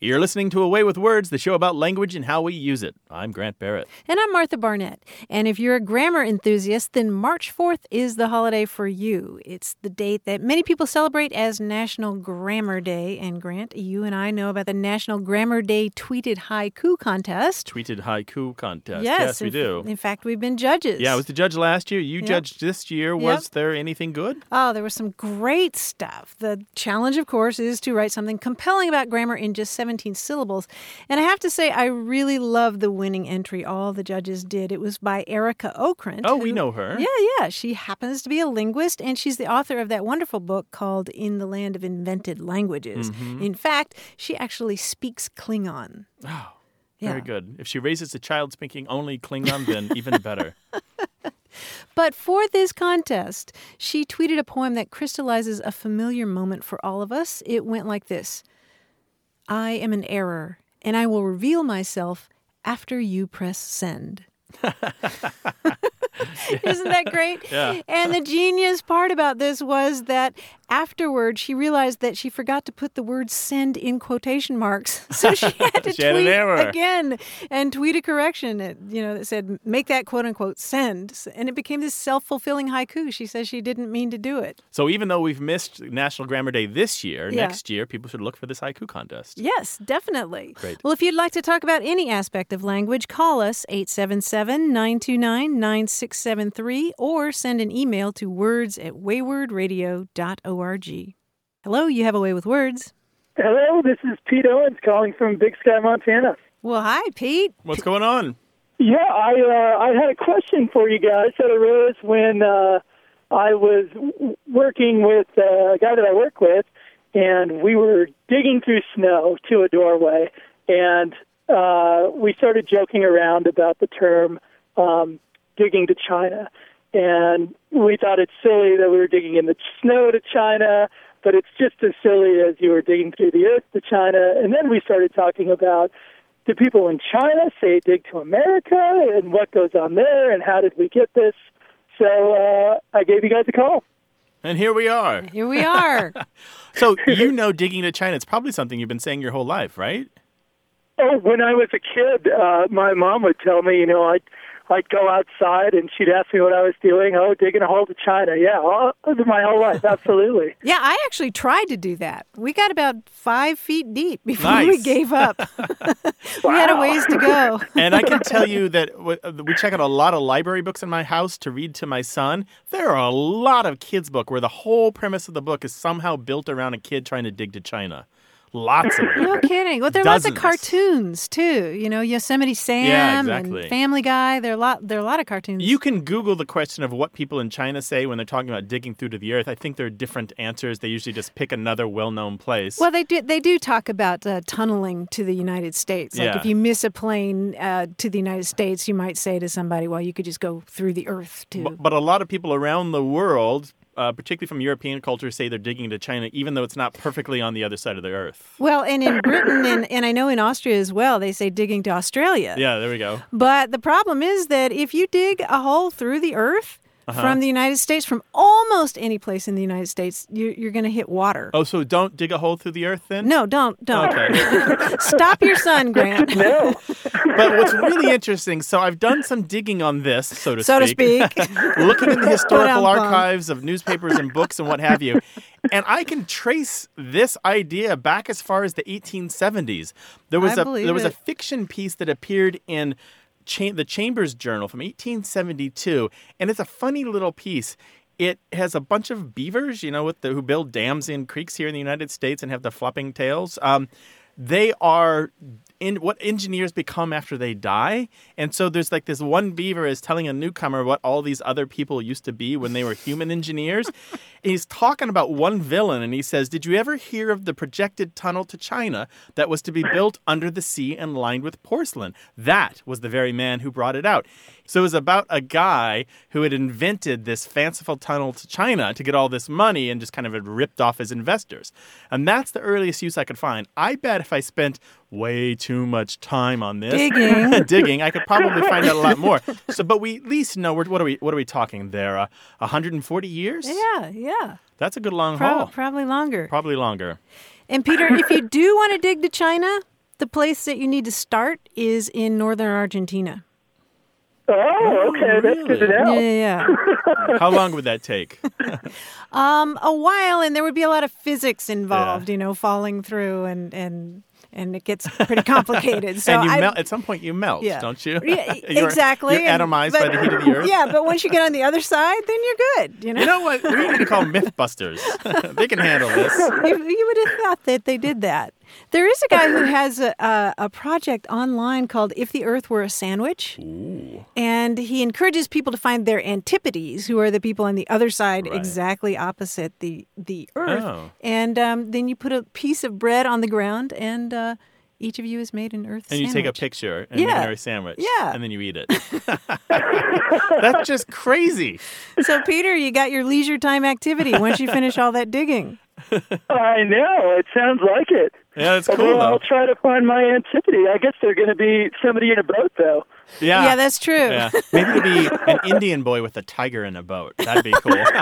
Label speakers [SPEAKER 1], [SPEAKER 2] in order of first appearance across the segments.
[SPEAKER 1] You're listening to Away with Words, the show about language and how we use it. I'm Grant Barrett.
[SPEAKER 2] And I'm Martha Barnett. And if you're a grammar enthusiast, then March 4th is the holiday for you. It's the date that many people celebrate as National Grammar Day. And Grant, you and I know about the National Grammar Day Tweeted Haiku Contest.
[SPEAKER 1] Tweeted haiku contest.
[SPEAKER 2] yes,
[SPEAKER 1] we
[SPEAKER 2] in-
[SPEAKER 1] do.
[SPEAKER 2] In fact, we've been judges.
[SPEAKER 1] Yeah, I was the judge last year. You judged this year. Was there anything good?
[SPEAKER 2] Oh, there was some great stuff. The challenge, of course, is to write something compelling about grammar in just 17 syllables. And I have to say, I really love the winning entry all the judges did. It was by Erica Okrent.
[SPEAKER 1] Oh, we
[SPEAKER 2] who-
[SPEAKER 1] know her.
[SPEAKER 2] Yeah, yeah. She happens to be a linguist, and she's the author of that wonderful book called In the Land of Invented Languages.
[SPEAKER 1] Mm-hmm.
[SPEAKER 2] In fact, she actually speaks Klingon.
[SPEAKER 1] Ah, Very good. If she raises a child speaking only Klingon, then even better.
[SPEAKER 2] But for this contest, she tweeted a poem that crystallizes a familiar moment for all of us. It went like this I am an error, and I will reveal myself after you press send. Isn't that great?
[SPEAKER 1] Yeah.
[SPEAKER 2] And the genius part about this was that afterward she realized that she forgot to put the word send in quotation marks. So she had to
[SPEAKER 1] She had an
[SPEAKER 2] tweet
[SPEAKER 1] error.
[SPEAKER 2] again and tweet a correction it, you know that said make that quote unquote send and it became this self-fulfilling haiku. She says she didn't mean to do it.
[SPEAKER 1] So even though we've missed National Grammar Day this year,
[SPEAKER 2] Yeah.
[SPEAKER 1] next year people should look for this haiku contest.
[SPEAKER 2] Yes, definitely.
[SPEAKER 1] Great.
[SPEAKER 2] Well, if you'd like to talk about any aspect of language, call us 877-929-9673 or send an email to words at waywardradio.org. Hello, you have a way with words.
[SPEAKER 3] Hello, this is Pete Owens calling from Big Sky, Montana.
[SPEAKER 2] Well, hi, Pete.
[SPEAKER 1] What's going on?
[SPEAKER 3] Yeah, I uh, I had a question for you guys that arose when uh, I was w- working with uh, a guy that I work with, and we were digging through snow to a doorway, and uh, we started joking around about the term um, digging to China, and we thought it's silly that we were digging in the snow to China, but it's just as silly as you were digging through the earth to China, and then we started talking about do people in China say dig to America and what goes on there and how did we get this? So uh, I gave you guys a call.
[SPEAKER 1] And here we are.
[SPEAKER 2] Here we are.
[SPEAKER 1] So you know digging to China, it's probably something you've been saying your whole life, right?
[SPEAKER 3] Oh, when I was a kid, uh, my mom would tell me, you know, I'd, I'd go outside and she'd ask me what I was doing. Oh, digging a hole to China. Yeah, all, my whole life, absolutely.
[SPEAKER 2] yeah, I actually tried to do that. We got about five feet deep before we
[SPEAKER 1] Nice.
[SPEAKER 2] gave up. We had a
[SPEAKER 3] Wow.
[SPEAKER 2] ways to go.
[SPEAKER 1] And I can tell you that w- uh, we check out a lot of library books in my house to read to my son. There are a lot of kids' book where the whole premise of the book is somehow built around a kid trying to dig to China. Lots of it.
[SPEAKER 2] No kidding. Well, there are lots of
[SPEAKER 1] Dozens.
[SPEAKER 2] cartoons too. You know, Yosemite Sam
[SPEAKER 1] exactly.
[SPEAKER 2] and Family Guy. There are a lot. There are a lot of cartoons.
[SPEAKER 1] You can Google the question of what people in China say when they're talking about digging through to the earth. I think there are different answers. They usually just pick another well-known place.
[SPEAKER 2] Well, they do. They do talk about uh, tunneling to the United States. Like
[SPEAKER 1] Yeah.
[SPEAKER 2] if you miss a plane uh, to the United States, you might say to somebody, "Well, you could just go through the Earth to."
[SPEAKER 1] But, but a lot of people around the world, uh, particularly from European culture, say they're digging to China, even though it's not perfectly on the other side of the earth.
[SPEAKER 2] well, and in Britain and, and I know in Austria as well, they say digging to Australia.
[SPEAKER 1] Yeah, there we go.
[SPEAKER 2] But the problem is that if you dig a hole through the Earth
[SPEAKER 1] Uh-huh.
[SPEAKER 2] from the United States, from almost any place in the United States, you, you're going to hit water.
[SPEAKER 1] Oh, so don't dig a hole through the earth then?
[SPEAKER 2] No, don't, don't.
[SPEAKER 1] Okay.
[SPEAKER 2] Stop your son, Grant.
[SPEAKER 3] No.
[SPEAKER 1] but what's really interesting, so I've done some digging on this, so to
[SPEAKER 2] so to
[SPEAKER 1] speak.
[SPEAKER 2] speak.
[SPEAKER 1] looking in the historical
[SPEAKER 2] Ba-dum-bum.
[SPEAKER 1] archives of newspapers and books and what have you. And I can trace this idea back as far as the 1870s. There was
[SPEAKER 2] I
[SPEAKER 1] a
[SPEAKER 2] believe
[SPEAKER 1] there was a
[SPEAKER 2] it.
[SPEAKER 1] fiction piece that appeared in cha- the Chambers Journal from 1872, and it's a funny little piece. It has a bunch of beavers, you know, with the, who build dams in creeks here in the United States and have the flopping tails. Um, they are in what engineers become after they die. And so there's like this one beaver is telling a newcomer what all these other people used to be when they were human engineers. and he's talking about one villain and he says, "Did you ever hear of the projected tunnel to China that was to be built under the sea and lined with porcelain? That was the very man who brought it out." So it was about a guy who had invented this fanciful tunnel to China to get all this money and just kind of had ripped off his investors. And that's the earliest use I could find. I bet if I spent way too much time on this
[SPEAKER 2] Digging.
[SPEAKER 1] digging, I could probably find out a lot more. So, but we at least know we're, what are we what are we talking there? Uh, 140 years?
[SPEAKER 2] yeah, yeah.
[SPEAKER 1] that's a good long
[SPEAKER 2] Prob-
[SPEAKER 1] haul.
[SPEAKER 2] Probably longer.
[SPEAKER 1] Probably longer.
[SPEAKER 2] And Peter, if you do want to dig to China, the place that you need to start is in northern Argentina.
[SPEAKER 3] Oh, okay, that's good to
[SPEAKER 1] really?
[SPEAKER 3] know.
[SPEAKER 2] Yeah, yeah, yeah.
[SPEAKER 1] How long would that take?
[SPEAKER 2] um, a while, and there would be a lot of physics involved. You know, falling through and and and it gets pretty complicated. So
[SPEAKER 1] and you
[SPEAKER 2] I,
[SPEAKER 1] melt at some point. You melt, don't you?
[SPEAKER 2] Yeah, e-
[SPEAKER 1] You're-
[SPEAKER 2] exactly.
[SPEAKER 1] You're
[SPEAKER 2] and-
[SPEAKER 1] atomized by
[SPEAKER 2] but-
[SPEAKER 1] the heat of the earth.
[SPEAKER 2] Yeah, but once you get on the other side, then you're good. You know,
[SPEAKER 1] You know what? We need to call MythBusters. they can handle this.
[SPEAKER 2] you, you would have thought that they did that. There is a guy who has a, a, a project online called If the Earth Were a Sandwich. And he encourages people to find their antipodes, who are the people on the other side,
[SPEAKER 1] Right.
[SPEAKER 2] exactly opposite the, the Earth.
[SPEAKER 1] Oh.
[SPEAKER 2] And um, then you put a piece of bread on the ground, and uh, each of you is made an Earth
[SPEAKER 1] And you
[SPEAKER 2] sandwich.
[SPEAKER 1] take a picture and
[SPEAKER 2] Yeah.
[SPEAKER 1] make an earth sandwich.
[SPEAKER 2] Yeah.
[SPEAKER 1] And then you eat it. That's just crazy.
[SPEAKER 2] So, Peter, you got your leisure time activity once you finish all that digging.
[SPEAKER 3] I know. It sounds like it.
[SPEAKER 1] Yeah, that's
[SPEAKER 3] Although
[SPEAKER 1] cool
[SPEAKER 3] I'll
[SPEAKER 1] though.
[SPEAKER 3] try to find my antipode. I guess they're going to be somebody in a boat, though.
[SPEAKER 1] Yeah.
[SPEAKER 2] Yeah, that's true.
[SPEAKER 1] Yeah. Maybe it'd be an Indian boy with a tiger in a boat. That'd be cool.
[SPEAKER 3] That's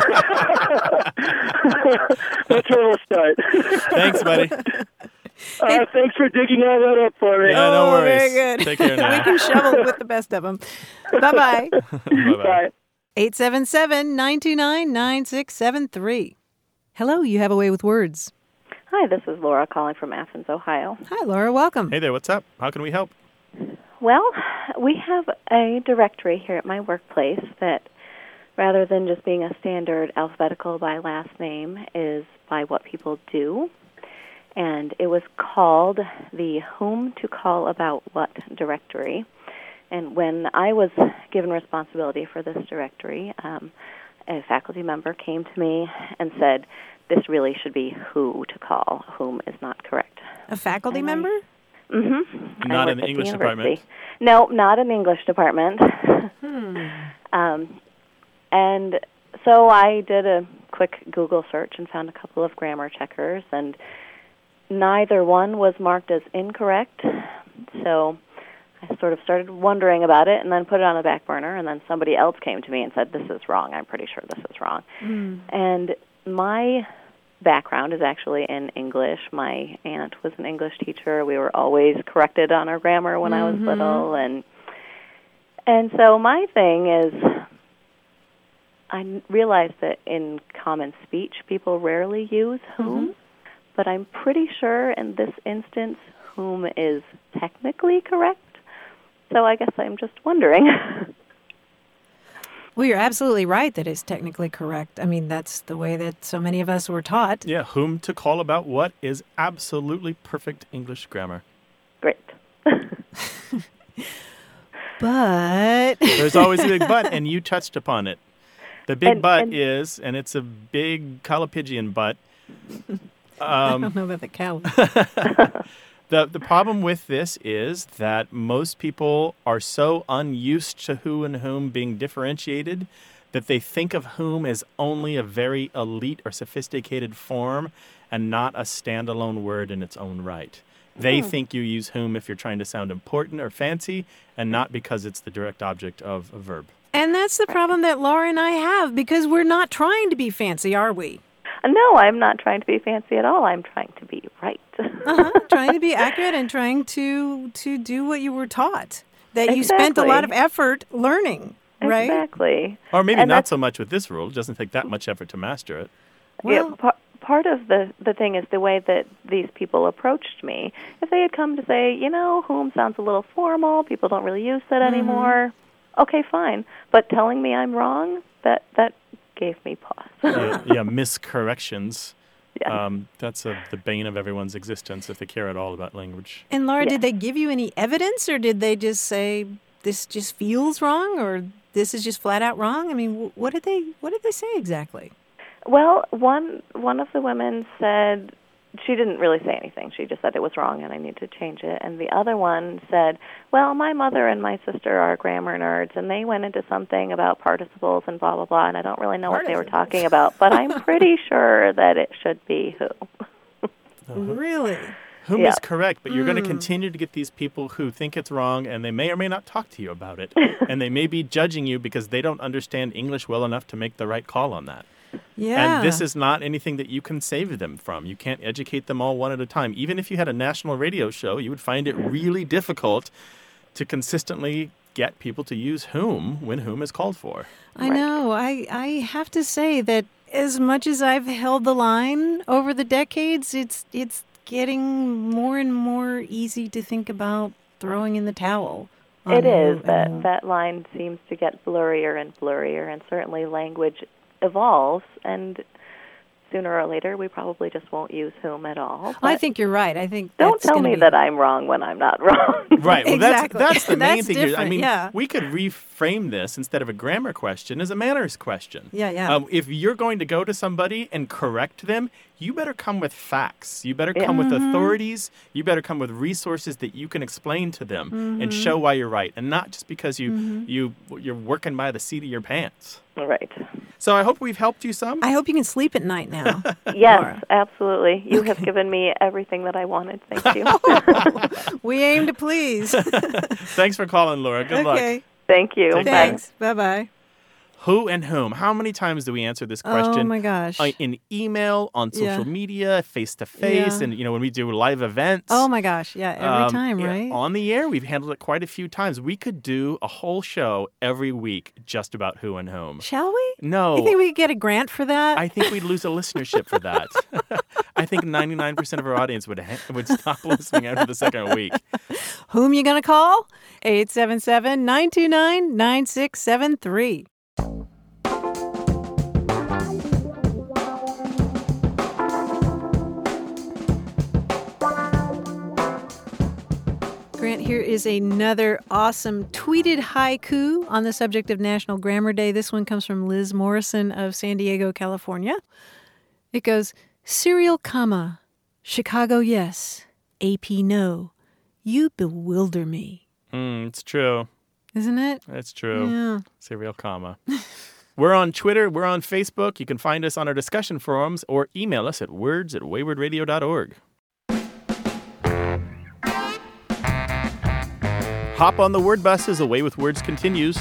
[SPEAKER 3] where we'll start.
[SPEAKER 1] Thanks, buddy.
[SPEAKER 3] uh, thanks for digging all that up for me.
[SPEAKER 1] Yeah, no
[SPEAKER 2] oh,
[SPEAKER 1] worries.
[SPEAKER 2] very good.
[SPEAKER 1] Take care
[SPEAKER 2] we
[SPEAKER 1] now.
[SPEAKER 2] can shovel with the best of them. Bye bye.
[SPEAKER 1] Bye-bye.
[SPEAKER 3] Bye.
[SPEAKER 2] 877 929 9673. Hello, you have a way with words.
[SPEAKER 4] Hi, this is Laura calling from Athens, Ohio.
[SPEAKER 2] Hi, Laura. Welcome.
[SPEAKER 1] Hey there, what's up? How can we help?
[SPEAKER 4] Well, we have a directory here at my workplace that, rather than just being a standard alphabetical by last name, is by what people do. And it was called the Whom to Call About What directory. And when I was given responsibility for this directory, um, a faculty member came to me and said, This really should be who to call. Whom is not correct.
[SPEAKER 2] A faculty member?
[SPEAKER 4] Mm-hmm.
[SPEAKER 1] Not in the English department.
[SPEAKER 4] No, not in the English department. um, and so I did a quick Google search and found a couple of grammar checkers, and neither one was marked as incorrect. So I sort of started wondering about it and then put it on the back burner, and then somebody else came to me and said, This is wrong. I'm pretty sure this is wrong. And my background is actually in English. My aunt was an English teacher. We were always corrected on our grammar when I was little and and so my thing is I n- realize that in common speech people rarely use whom, but I'm pretty sure in this instance whom is technically correct. So I guess I'm just wondering.
[SPEAKER 2] Well, you're absolutely right that it's technically correct. I mean, that's the way that so many of us were taught.
[SPEAKER 1] Yeah, whom to call about what is absolutely perfect English grammar.
[SPEAKER 4] Great.
[SPEAKER 2] But
[SPEAKER 1] There's always a big but, and you touched upon it. The big
[SPEAKER 4] And-
[SPEAKER 1] but
[SPEAKER 4] and-
[SPEAKER 1] is, and it's a big Um, colopigian but.
[SPEAKER 2] I don't know about the cow.
[SPEAKER 1] The the problem with this is that most people are so unused to who and whom being differentiated that they think of whom as only a very elite or sophisticated form and not a standalone word in its own right. They
[SPEAKER 4] Hmm.
[SPEAKER 1] think you use whom if you're trying to sound important or fancy and not because it's the direct object of a verb.
[SPEAKER 2] and that's the problem that Laura and I have because we're not trying to be fancy, are we?
[SPEAKER 4] No, I'm not trying to be fancy at all. I'm trying to be right.
[SPEAKER 2] uh-huh. trying to be accurate and trying to to do what you were taught that you spent a lot of
[SPEAKER 4] Exactly.
[SPEAKER 2] effort learning right
[SPEAKER 4] Exactly.
[SPEAKER 1] Or maybe
[SPEAKER 4] And
[SPEAKER 1] not
[SPEAKER 4] that's-
[SPEAKER 1] so much with this rule, it doesn't take that much effort to master it.
[SPEAKER 2] Well-
[SPEAKER 4] yeah, par- part of the the thing is the way that these people approached me. If they had come to say, you know, whom sounds a little formal, people don't really use that
[SPEAKER 2] Mm-hmm.
[SPEAKER 4] anymore. Okay, fine. But telling me I'm wrong, that that gave me pause.
[SPEAKER 1] yeah, yeah, miscorrections.
[SPEAKER 4] Yes.
[SPEAKER 1] Um, that's a, the bane of everyone's existence if they care at all about language.
[SPEAKER 2] and laura
[SPEAKER 4] Yeah.
[SPEAKER 2] did they give you any evidence or did they just say this just feels wrong or this is just flat out wrong i mean wh- what did they what did they say exactly
[SPEAKER 4] well, one one of the women said she didn't really say anything. She just said it was wrong and I need to change it. And the other one said, "Well, my mother and my sister are grammar nerds and they went into something about participles and blah blah blah and I don't really know what they were
[SPEAKER 2] Participles.
[SPEAKER 4] talking about, but I'm pretty sure that it should be who." Mm-hmm.
[SPEAKER 2] really
[SPEAKER 1] Whom is
[SPEAKER 4] Yeah.
[SPEAKER 1] correct, but you're going to continue to get these people who think it's wrong and they may or may not talk to you about it. and they may be judging you because they don't understand English well enough to make the right call on that.
[SPEAKER 2] Yeah.
[SPEAKER 1] And this is not anything that you can save them from. You can't educate them all one at a time. Even if you had a national radio show, you would find it really difficult to consistently get people to use whom when whom is called for.
[SPEAKER 2] I know. I I have to say that as much as I've held the line over the decades, it's it's getting more and more easy to think about throwing in the towel. on
[SPEAKER 4] It is
[SPEAKER 2] who-
[SPEAKER 4] that
[SPEAKER 2] uh,
[SPEAKER 4] that line seems to get blurrier and blurrier, and certainly language evolves, and sooner or later we probably just won't use whom at all.
[SPEAKER 2] I
[SPEAKER 4] but
[SPEAKER 2] think you're right. I think
[SPEAKER 4] don't
[SPEAKER 2] that's
[SPEAKER 4] tell
[SPEAKER 2] gonna
[SPEAKER 4] me
[SPEAKER 2] be-
[SPEAKER 4] that I'm wrong when I'm not wrong.
[SPEAKER 1] Right. Well,
[SPEAKER 2] Exactly.
[SPEAKER 1] that's that's the main
[SPEAKER 2] That's
[SPEAKER 1] thing. Here. I
[SPEAKER 2] different,
[SPEAKER 1] mean,
[SPEAKER 2] yeah.
[SPEAKER 1] we could reframe this instead of a grammar question as a manners question.
[SPEAKER 2] Yeah, yeah.
[SPEAKER 1] Um, if you're going to go to somebody and correct them, you better come with facts. You better come
[SPEAKER 2] Mm-hmm.
[SPEAKER 1] with authorities. You better come with resources that you can explain to them
[SPEAKER 2] Mm-hmm.
[SPEAKER 1] and show why you're right, and not just because you you you're working by the seat of your pants.
[SPEAKER 4] right.
[SPEAKER 1] So I hope we've helped you some.
[SPEAKER 2] I hope you can sleep at night now.
[SPEAKER 4] Yes,
[SPEAKER 2] Laura.
[SPEAKER 4] absolutely. You have given me everything that I wanted. Thank you.
[SPEAKER 2] we aim to please.
[SPEAKER 1] Thanks for calling, Laura. Good
[SPEAKER 2] okay.
[SPEAKER 1] luck.
[SPEAKER 4] Thank you.
[SPEAKER 1] Take
[SPEAKER 4] Bye.
[SPEAKER 1] care.
[SPEAKER 2] Thanks. Bye bye.
[SPEAKER 1] Who and whom? How many times do we answer this question?
[SPEAKER 2] Oh my gosh.
[SPEAKER 1] uh, in email, on
[SPEAKER 2] Yeah.
[SPEAKER 1] social media, face to face,
[SPEAKER 2] Yeah.
[SPEAKER 1] and you know when we do live events.
[SPEAKER 2] Oh my gosh. Yeah, every
[SPEAKER 1] um,
[SPEAKER 2] time,
[SPEAKER 1] yeah,
[SPEAKER 2] right?
[SPEAKER 1] On the air, we've handled it quite a few times. We could do a whole show every week just about who and whom.
[SPEAKER 2] Shall we?
[SPEAKER 1] No,
[SPEAKER 2] You think we could get a grant for that?
[SPEAKER 1] I think we'd lose a listenership for that. I think 99% of our audience would ha- would stop listening after the second week.
[SPEAKER 2] Whom you going to call? 877-929-9673. Grant, here is another awesome tweeted haiku on the subject of National Grammar Day. This one comes from Liz Morrison of San Diego, California. It goes serial comma, Chicago yes, AP no. You bewilder me,
[SPEAKER 1] Mm, it's true.
[SPEAKER 2] isn't it?
[SPEAKER 1] It's true.
[SPEAKER 2] Yeah.
[SPEAKER 1] Serial comma. We're on Twitter. We're on Facebook. You can find us on our discussion forums or email us at words at waywardradio.org. Hop on the word bus as Away with Words continues.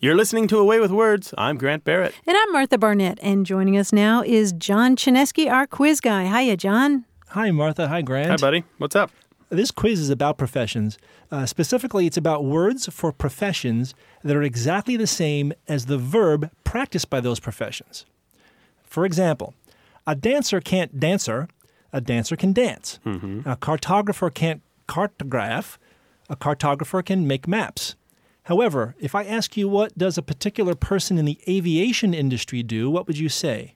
[SPEAKER 1] You're listening to Away with Words. I'm Grant Barrett.
[SPEAKER 2] And I'm Martha Barnett, and joining us now is John Chinesky, our quiz guy. Hiya, John.
[SPEAKER 5] Hi, Martha. Hi, Grant.
[SPEAKER 1] Hi, buddy. What's up?
[SPEAKER 5] This quiz is about professions. Uh, specifically, it's about words for professions that are exactly the same as the verb practiced by those professions. For example, a dancer can't dancer, a dancer can dance. A cartographer can't cartograph, a cartographer can make maps. However, if I ask you what does a particular person in the aviation industry do, what would you say?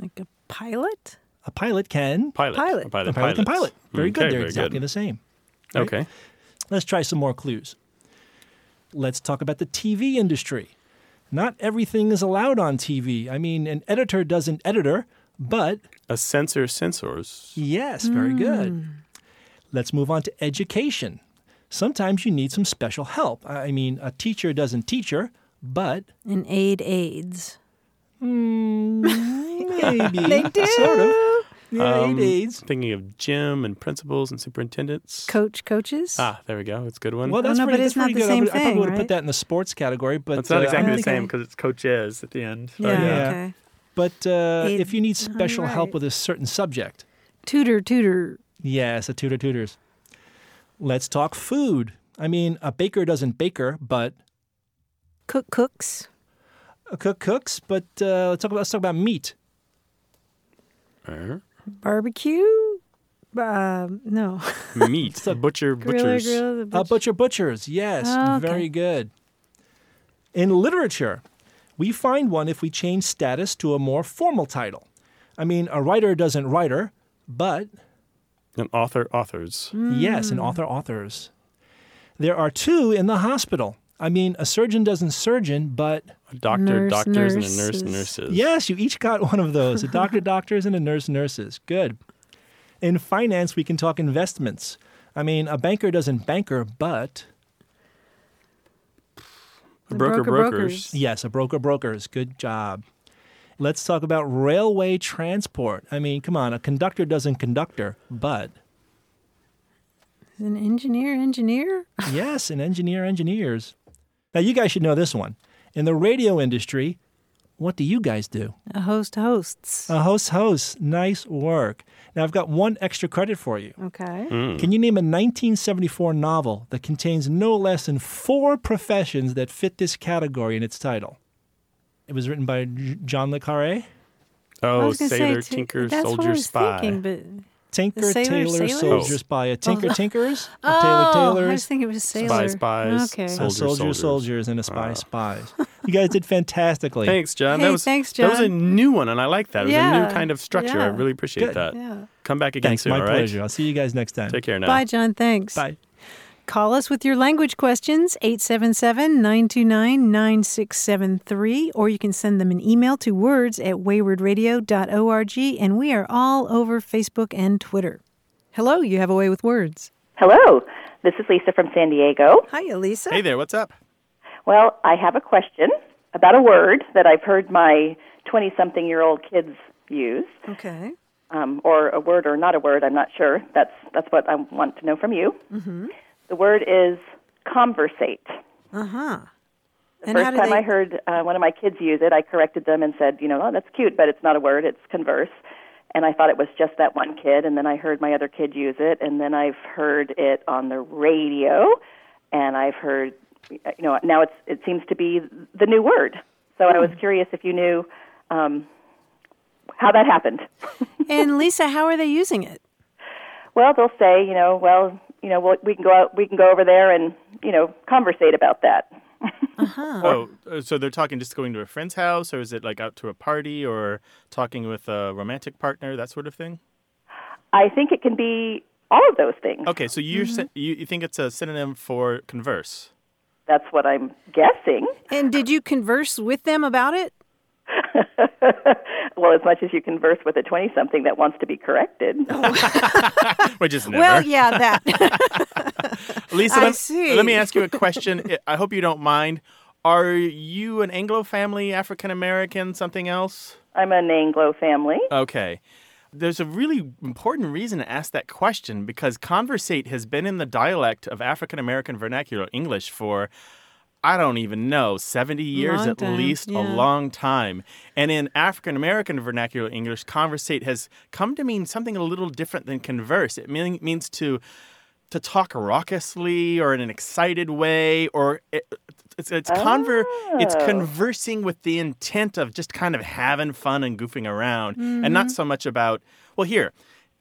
[SPEAKER 2] Like a pilot?
[SPEAKER 5] A pilot can
[SPEAKER 1] Pilot.
[SPEAKER 2] Pilot.
[SPEAKER 1] A
[SPEAKER 5] a pilot can pilot.
[SPEAKER 1] pilots.
[SPEAKER 5] Very good.
[SPEAKER 1] Okay,
[SPEAKER 5] They're
[SPEAKER 1] very
[SPEAKER 5] exactly the same.
[SPEAKER 1] Okay.
[SPEAKER 5] Let's try some more clues. Let's talk about the TV industry. Not everything is allowed on TV. I mean, an editor does an editor, but
[SPEAKER 1] A sensor sensors.
[SPEAKER 5] yes, very
[SPEAKER 2] Hmm.
[SPEAKER 5] good. Let's move on to education. Sometimes you need some special help. I I mean, a teacher doesn't teacher, but Mm,
[SPEAKER 2] And aid aids.
[SPEAKER 5] maybe
[SPEAKER 2] They do.
[SPEAKER 5] sort of. Yeah, it aids.
[SPEAKER 1] Um, Thinking of gym and principals and superintendents.
[SPEAKER 2] Coach coaches?
[SPEAKER 1] ah, there we go. It's a good one.
[SPEAKER 5] Well, that's
[SPEAKER 2] no, but
[SPEAKER 5] pretty,
[SPEAKER 2] it's
[SPEAKER 5] that's pretty
[SPEAKER 2] not the
[SPEAKER 5] good. I
[SPEAKER 2] same
[SPEAKER 5] would- I,
[SPEAKER 2] thing,
[SPEAKER 5] probably would have
[SPEAKER 2] right?
[SPEAKER 5] put that in the sports category, but
[SPEAKER 1] it's not
[SPEAKER 5] uh, I
[SPEAKER 1] exactly
[SPEAKER 5] don't
[SPEAKER 1] the
[SPEAKER 5] think
[SPEAKER 1] same because it's coaches at the end. but
[SPEAKER 2] yeah,
[SPEAKER 5] yeah.
[SPEAKER 2] okay.
[SPEAKER 5] But uh,
[SPEAKER 2] It- Oh,
[SPEAKER 5] if you need special help
[SPEAKER 2] right.
[SPEAKER 5] with a certain subject,
[SPEAKER 2] Tutor, tutor.
[SPEAKER 5] yes, a tutor tutors. Let's talk food. I mean, a baker doesn't baker, but
[SPEAKER 2] Cook, cooks.
[SPEAKER 5] a cook cooks. But uh, let's talk about let's talk about meat.
[SPEAKER 1] Uh,
[SPEAKER 2] Barbecue? Um, no.
[SPEAKER 1] meat. Butcher,
[SPEAKER 2] Griller,
[SPEAKER 1] butchers.
[SPEAKER 2] grill, the
[SPEAKER 5] A
[SPEAKER 2] butch-
[SPEAKER 5] butcher butchers. Yes,
[SPEAKER 2] Oh, okay.
[SPEAKER 5] very good. In literature, we find one if we change status to a more formal title. I mean, a writer doesn't writer, but
[SPEAKER 6] And author authors.
[SPEAKER 2] Mm.
[SPEAKER 5] Yes,
[SPEAKER 2] Hmm.
[SPEAKER 5] and author authors. There are two in the hospital. I mean, a surgeon doesn't surgeon, but
[SPEAKER 6] A doctor,
[SPEAKER 2] Nurse,
[SPEAKER 6] doctors,
[SPEAKER 2] nurses.
[SPEAKER 6] and a nurse, nurses.
[SPEAKER 5] yes, you each got one of those a doctor, doctors, and a nurse, nurses. Good. In finance, we can talk investments. I mean, a banker doesn't banker, but
[SPEAKER 2] The
[SPEAKER 6] broker,
[SPEAKER 2] broker,
[SPEAKER 6] brokers.
[SPEAKER 2] brokers.
[SPEAKER 5] yes, a broker, brokers. Good job. Let's talk about railway transport. I mean, come on, a conductor doesn't conductor, but
[SPEAKER 2] Is an engineer, engineer?
[SPEAKER 5] yes, and engineer engineers. Now, you guys should know this one. In the radio industry, what do you guys do?
[SPEAKER 6] Uh,
[SPEAKER 2] A host hosts.
[SPEAKER 5] A host, host. Uh, Nice work. Now, I've got one extra credit for you.
[SPEAKER 6] Hmm.
[SPEAKER 2] okay.
[SPEAKER 6] Mm.
[SPEAKER 5] Can you name a 1974 novel that contains no less than four professions that fit this category in its title? It was written by J- John Le Carre.
[SPEAKER 2] I
[SPEAKER 6] Oh,
[SPEAKER 2] was gonna say
[SPEAKER 6] sailor,
[SPEAKER 2] t-
[SPEAKER 6] tinker,
[SPEAKER 2] that's what I
[SPEAKER 6] soldier,
[SPEAKER 2] was
[SPEAKER 6] spy.
[SPEAKER 2] Thinking, but
[SPEAKER 5] Tinker,
[SPEAKER 2] Sailor
[SPEAKER 5] Tailor,
[SPEAKER 2] Sailors?
[SPEAKER 5] Soldier,
[SPEAKER 6] Oh.
[SPEAKER 5] Spy. A Tinker, Tinkerers?
[SPEAKER 2] oh,
[SPEAKER 5] A Tailor, Tailors?
[SPEAKER 2] I was thinking it was sailor.
[SPEAKER 6] spies.
[SPEAKER 2] Okay.
[SPEAKER 6] So-
[SPEAKER 5] a
[SPEAKER 6] Soldier,
[SPEAKER 5] Soldier,
[SPEAKER 6] Soldiers.
[SPEAKER 5] Soldiers, and a Spy, Spies. You guys did fantastically.
[SPEAKER 6] Thanks, John.
[SPEAKER 2] Hey,
[SPEAKER 6] that was
[SPEAKER 2] thanks,
[SPEAKER 6] that was a
[SPEAKER 2] John.
[SPEAKER 6] new one, and I like that. It was a
[SPEAKER 2] Yeah,
[SPEAKER 6] new kind of structure. I
[SPEAKER 2] yeah.
[SPEAKER 6] really appreciate
[SPEAKER 5] Good.
[SPEAKER 6] that.
[SPEAKER 2] yeah.
[SPEAKER 6] Come back again
[SPEAKER 5] Thanks,
[SPEAKER 6] soon.
[SPEAKER 5] my
[SPEAKER 6] all right?
[SPEAKER 5] pleasure. I'll see you guys next time.
[SPEAKER 6] Take care now.
[SPEAKER 2] Bye, John. Thanks.
[SPEAKER 5] Bye.
[SPEAKER 2] Call us with your language questions, 877 929 9673, or you can send them an email to words at waywardradio.org, and we are all over Facebook and Twitter. Hello, you have a way with words.
[SPEAKER 7] Hello, this is Lisa from San Diego.
[SPEAKER 2] Hi, Elisa.
[SPEAKER 1] Hey there, what's up?
[SPEAKER 7] Well, I have a question about a word that I've heard my 20 something year old kids use,
[SPEAKER 2] Okay.
[SPEAKER 7] um, or a word or not a word, I'm not sure. That's, that's what I want to know from you.
[SPEAKER 2] Mm-hmm.
[SPEAKER 7] The word is conversate.
[SPEAKER 2] Uh huh.
[SPEAKER 7] The first time I heard uh, one of my kids use it, I corrected them and said, you know, oh, that's cute, but it's not a word, it's converse. And I thought it was just that one kid, and then I heard my other kid use it, and then I've heard it on the radio, and I've heard, uh, you know, now it's it seems to be the new word. So I was
[SPEAKER 2] Hmm.
[SPEAKER 7] curious if you knew um, how that happened.
[SPEAKER 2] and Lisa, how are they using it?
[SPEAKER 7] Well, they'll say, you know, well, you know, well, we can go out, we can go over there, and you know, conversate about that.
[SPEAKER 1] Oh, uh, so they're talking just going to a friend's house, or is it like out to a party, or talking with a romantic partner, that sort of thing?
[SPEAKER 7] I think it can be all of those things.
[SPEAKER 1] Okay, so you're,
[SPEAKER 2] Mm-hmm.
[SPEAKER 1] sen- you you think it's a synonym for converse?
[SPEAKER 7] That's what I'm guessing.
[SPEAKER 2] And did you converse with them about it?
[SPEAKER 7] well, as much as you converse with a 20 something that wants to be corrected.
[SPEAKER 2] Oh.
[SPEAKER 1] Which is never.
[SPEAKER 2] Well, yeah, that.
[SPEAKER 1] Lisa,
[SPEAKER 2] I
[SPEAKER 1] let,
[SPEAKER 2] see.
[SPEAKER 1] let me ask you a question. I- I hope you don't mind. Are you an Anglo family, African American, something else?
[SPEAKER 7] I'm an Anglo family.
[SPEAKER 1] Okay. There's a really important reason to ask that question because conversate has been in the dialect of African American vernacular English for I don't even know, 70 years
[SPEAKER 2] Long
[SPEAKER 1] at
[SPEAKER 2] time,
[SPEAKER 1] least, a
[SPEAKER 2] yeah.
[SPEAKER 1] long time. And in African American vernacular English, conversate has come to mean something a little different than converse. It mean, means to to talk raucously or in an excited way or it, it's it's conver it's
[SPEAKER 2] Oh.
[SPEAKER 1] conversing with the intent of just kind of having fun and goofing around and not so much about well here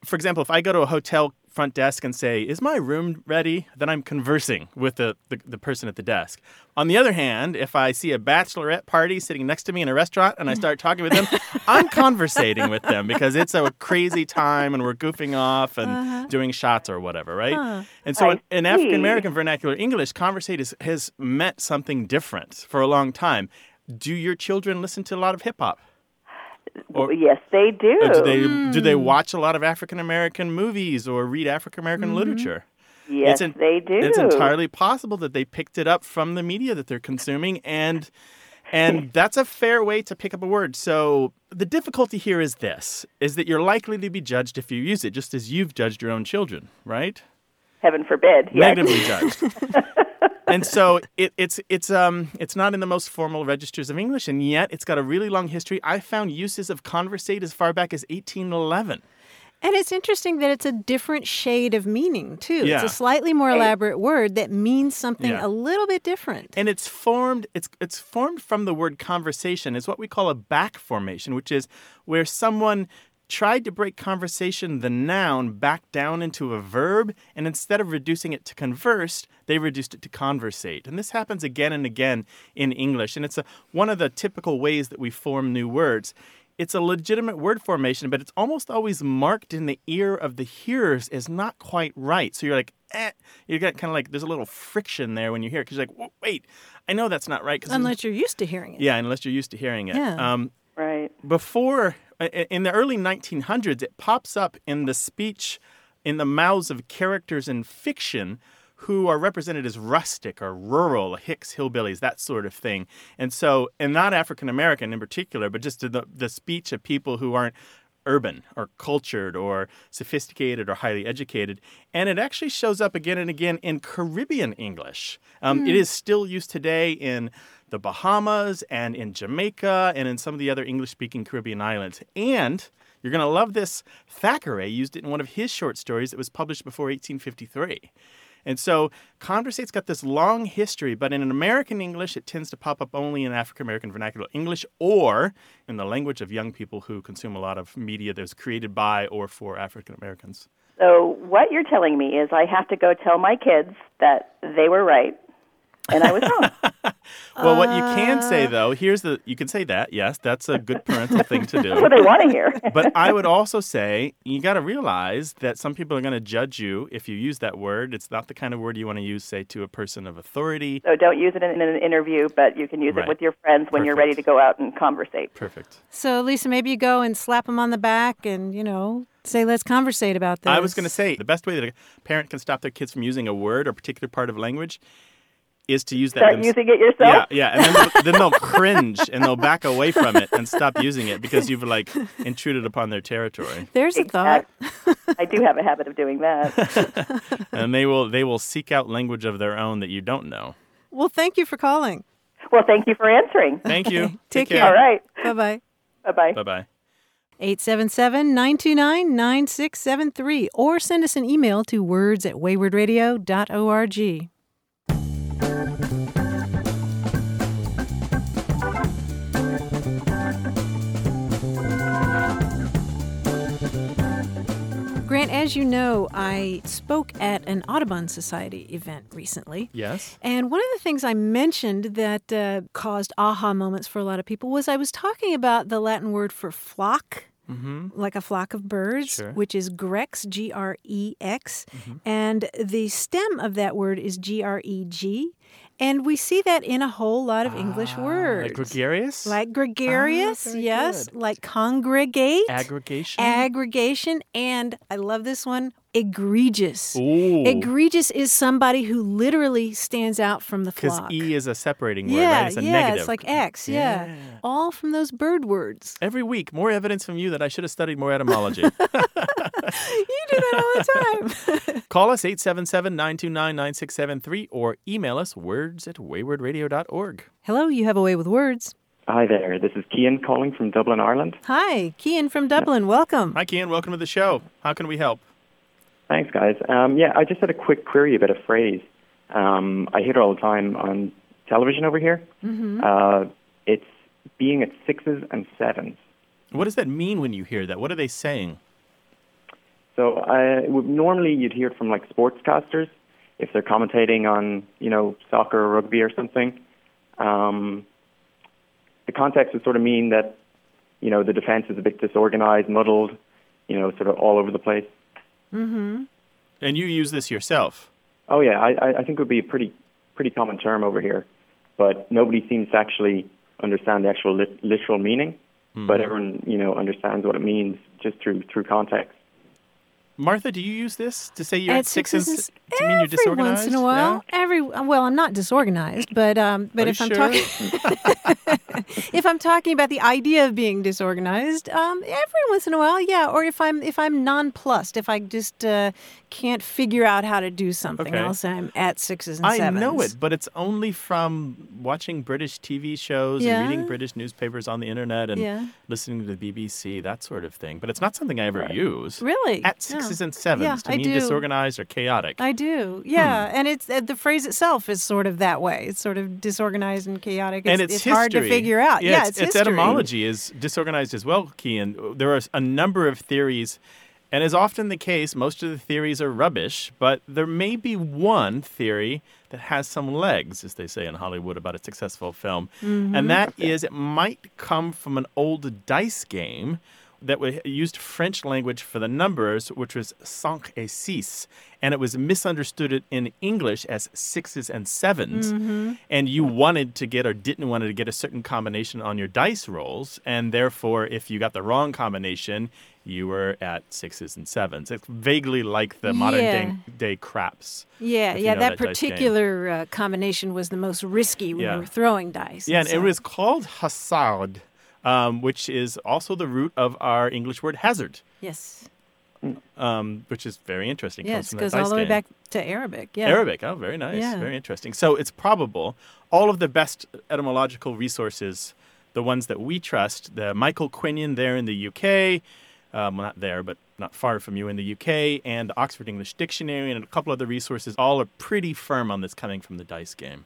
[SPEAKER 1] for example if i go to a hotel front desk and say is my room ready then i'm conversing with the, the, the person at the desk on the other hand if i see a bachelorette party sitting next to me in a restaurant and i start talking with them i'm conversating with them because it's a crazy time and we're goofing off and doing shots or whatever right and so in, in african american vernacular english conversate is, has meant something different for a long time do your children listen to a lot of hip-hop Or-
[SPEAKER 7] yes, they do.
[SPEAKER 1] Uh, do they do they
[SPEAKER 7] Mm.
[SPEAKER 1] watch a lot of African American movies or read African American literature?
[SPEAKER 7] Mm-hmm. yes,
[SPEAKER 1] en-
[SPEAKER 7] they do.
[SPEAKER 1] It's entirely possible that they picked it up from the media that they're consuming, and and that's a fair way to pick up a word. So the difficulty here is this: is that you're likely to be judged if you use it, just as you've judged your own children, right?
[SPEAKER 7] Heaven forbid. Yes.
[SPEAKER 1] negatively judged. and so it, it's it's um it's not in the most formal registers of English, and yet it's got a really long history. I found uses of conversate as far back as 1811.
[SPEAKER 2] And it's interesting that it's a different shade of meaning, too.
[SPEAKER 1] Yeah.
[SPEAKER 2] It's a slightly more elaborate word that means something
[SPEAKER 1] Yeah.
[SPEAKER 2] a little bit different.
[SPEAKER 1] and it's formed it's it's formed from the word conversation it's what we call a back formation which is where someone tried to break conversation the noun back down into a verb and instead of reducing it to conversed they reduced it to conversate and this happens again and again in english and it's a, one of the typical ways that we form new words it's a legitimate word formation, but it's almost always marked in the ear of the hearers as not quite right. So you're like, eh. You got kind of like, there's a little friction there when you hear it because you're like, "Whoa, wait, I know that's not right. 'cause it's-
[SPEAKER 2] Unless you're used to hearing it.
[SPEAKER 1] yeah, unless you're used to hearing it.
[SPEAKER 2] Yeah.
[SPEAKER 1] Um,
[SPEAKER 4] Right.
[SPEAKER 1] before i- in the early 1900s it pops up in the speech in the mouths of characters in fiction who are represented as rustic or rural hicks hillbillies that sort of thing and so and not african american in particular but just the, the speech of people who aren't urban or cultured or sophisticated or highly educated. And it actually shows up again and again in Caribbean English. Um, It is still used today in the Bahamas and in Jamaica and in some of the other English speaking Caribbean islands. And you're going to love this. Thackeray used it in one of his short stories that was published before 1853. And so Conversate's got this long history, but in an American English, it tends to pop up only in African American vernacular English or in the language of young people who consume a lot of media that's created by or for African Americans.
[SPEAKER 4] So what you're telling me is I have to go tell my kids that they were right and I was wrong.
[SPEAKER 1] Well, what you can
[SPEAKER 4] Uh.
[SPEAKER 1] say though, here's the you can say that, yes, that's a good parental thing to do.
[SPEAKER 4] That's what they want to hear.
[SPEAKER 1] but I would also say you got to realize that some people are going to judge you if you use that word. It's not the kind of word you want to use, say, to a person of authority.
[SPEAKER 4] So don't use it in in an interview, but you can use
[SPEAKER 1] Right.
[SPEAKER 4] it with your friends when you're ready to
[SPEAKER 1] Perfect.
[SPEAKER 4] go out and conversate.
[SPEAKER 1] Perfect.
[SPEAKER 2] So, Lisa, maybe you go and slap him on the back and, you know, say, let's conversate about this.
[SPEAKER 1] I was going to say the best way that a parent can stop their kids from using a word or particular part of language is to use that.
[SPEAKER 4] Start
[SPEAKER 1] thems-
[SPEAKER 4] using it
[SPEAKER 1] yeah,
[SPEAKER 4] yourself.
[SPEAKER 1] yeah, and then they'll, then they'll cringe and they'll back away from it and stop using it because you've like intruded upon their territory,
[SPEAKER 2] There's a thought.
[SPEAKER 4] I, I do have a habit of doing that.
[SPEAKER 1] and they will they will seek out language of their own that you don't know.
[SPEAKER 2] Well, thank you for calling.
[SPEAKER 4] Well, thank you for answering.
[SPEAKER 1] Thank you.
[SPEAKER 2] Take care.
[SPEAKER 4] All right.
[SPEAKER 2] Bye bye.
[SPEAKER 4] Bye-bye.
[SPEAKER 1] Bye bye.
[SPEAKER 2] 877 929 9673 or send us an email to words at waywardradio.org. Grant, as you know, I spoke at an Audubon Society event recently.
[SPEAKER 1] Yes.
[SPEAKER 2] And one of the things I mentioned that uh, caused aha moments for a lot of people was I was talking about the Latin word for flock, like a flock of birds,
[SPEAKER 1] Sure. Mm-hmm.
[SPEAKER 2] which is grex, G R E X. And the stem of that word is G R E G. And we see that in a whole lot of English words.
[SPEAKER 1] Ah, Like gregarious.
[SPEAKER 2] Like gregarious,
[SPEAKER 1] very
[SPEAKER 2] yes.
[SPEAKER 1] good.
[SPEAKER 2] Like congregate,
[SPEAKER 1] aggregation.
[SPEAKER 2] aggregation, and I love this one, egregious.
[SPEAKER 1] Ooh.
[SPEAKER 2] Egregious is somebody who literally stands out from the
[SPEAKER 1] Because
[SPEAKER 2] flock.
[SPEAKER 1] e is a separating word,
[SPEAKER 2] yeah,
[SPEAKER 1] right? It's a
[SPEAKER 2] yeah,
[SPEAKER 1] negative.
[SPEAKER 2] it's like X, yeah. All from those bird words.
[SPEAKER 1] Every week, more evidence from you that I should have studied more etymology.
[SPEAKER 2] You do that all the time.
[SPEAKER 1] Call us 877-929-9673 or email us words at waywardradio.org.
[SPEAKER 2] Hello, you have a way with words.
[SPEAKER 8] Hi there, this is Kian calling from Dublin, Ireland.
[SPEAKER 2] Hi, Kian from Dublin. Welcome.
[SPEAKER 1] Hi, Kian. Welcome to the show. How can we help?
[SPEAKER 8] Thanks, guys. Um, yeah, I just had a quick query about a phrase. Um, I hear it all the time on television over here.
[SPEAKER 1] Hmm?
[SPEAKER 2] Mm-hmm.
[SPEAKER 8] Uh, it's being at sixes and sevens.
[SPEAKER 1] What does that mean when you hear that? What are they saying?
[SPEAKER 8] So I, would- normally you'd hear it from like sportscasters if they're commentating on, you know, soccer or rugby or something. Um, the context would sort of mean that, you know, the defense is a bit disorganized, muddled, you know, sort of all over the place.
[SPEAKER 2] Mm-hmm.
[SPEAKER 1] And you use this yourself.
[SPEAKER 8] Oh yeah, I, I- I think it would be a pretty pretty common term over here, but nobody seems to actually understand the actual lit- literal meaning.
[SPEAKER 1] Hmm.
[SPEAKER 8] But everyone, you know, understands what it means just through through context.
[SPEAKER 1] Martha, do you use this to say you're at, sixes
[SPEAKER 2] sixes
[SPEAKER 1] to mean you're
[SPEAKER 2] every
[SPEAKER 1] disorganized?
[SPEAKER 2] once in a
[SPEAKER 1] Yeah?
[SPEAKER 2] while. Every well, I'm not disorganized, but um, but
[SPEAKER 1] Are
[SPEAKER 2] if
[SPEAKER 1] you
[SPEAKER 2] I'm
[SPEAKER 1] sure?
[SPEAKER 2] talking if I'm talking about the idea of being disorganized, um, every once in a while, yeah. Or if I'm if I'm nonplussed, if I just uh, can't figure out how to do something
[SPEAKER 1] Okay.
[SPEAKER 2] else, I'm at sixes and
[SPEAKER 1] I
[SPEAKER 2] sevens.
[SPEAKER 1] know it, but it's only from watching British TV shows
[SPEAKER 2] Yeah.
[SPEAKER 1] and reading British newspapers on the internet and
[SPEAKER 2] Yeah.
[SPEAKER 1] listening to the BBC, that sort of thing. But it's not something I ever use.
[SPEAKER 2] Really?
[SPEAKER 1] At
[SPEAKER 2] Yeah.
[SPEAKER 1] sixes and sevens
[SPEAKER 2] Yeah,
[SPEAKER 1] to
[SPEAKER 2] I
[SPEAKER 1] mean
[SPEAKER 2] do.
[SPEAKER 1] disorganized or chaotic.
[SPEAKER 2] I do, yeah,
[SPEAKER 1] Hmm.
[SPEAKER 2] and it's uh, the phrase itself is sort of that way. It's sort of disorganized and chaotic. It's,
[SPEAKER 1] and it's, history.
[SPEAKER 2] hard to figure out. Yeah,
[SPEAKER 1] it's,
[SPEAKER 2] it's, history.
[SPEAKER 1] etymology is disorganized as well, Kean. There are a number of theories And as often the case, most of the theories are rubbish, but there may be one theory that has some legs, as they say in Hollywood about a successful film.
[SPEAKER 6] Mhm.
[SPEAKER 2] Mm-hmm.
[SPEAKER 1] And that is it might come from an old dice game that wa- used French language for the numbers, which was cinq et six. And it was misunderstood in English as sixes and 7s
[SPEAKER 2] Mm-hmm.
[SPEAKER 6] Mhm.
[SPEAKER 1] and you wanted to get or didn't wanted to get a certain combination on your dice rolls, and therefore, if you got the wrong combination, you were at sixes and sevens. It's vaguely like the modern
[SPEAKER 2] Yeah.
[SPEAKER 1] day, day craps.
[SPEAKER 2] Yeah,
[SPEAKER 1] if you
[SPEAKER 2] yeah,
[SPEAKER 1] know
[SPEAKER 2] that,
[SPEAKER 1] dice game.
[SPEAKER 2] particular uh, combination was the most risky when
[SPEAKER 1] Yeah.
[SPEAKER 2] we were throwing dice.
[SPEAKER 1] Yeah, and it
[SPEAKER 2] so-
[SPEAKER 1] was called hasard, um, which is also the root of our English word hazard,
[SPEAKER 2] Yes.
[SPEAKER 1] um, which is very interesting. Comes
[SPEAKER 2] Yes,
[SPEAKER 1] from that
[SPEAKER 2] goes all
[SPEAKER 1] dice
[SPEAKER 2] the way
[SPEAKER 1] game.
[SPEAKER 2] back to Arabic. Yeah.
[SPEAKER 1] Arabic. Oh, very nice.
[SPEAKER 2] Yeah.
[SPEAKER 1] Very interesting. So it's probable. All of the best etymological resources, the ones that we trust, the Michael Quinion there in the UK, um, well, not there, but not far from you in the UK, and the Oxford English Dictionary and a couple other resources, all are pretty firm on this coming from the dice game.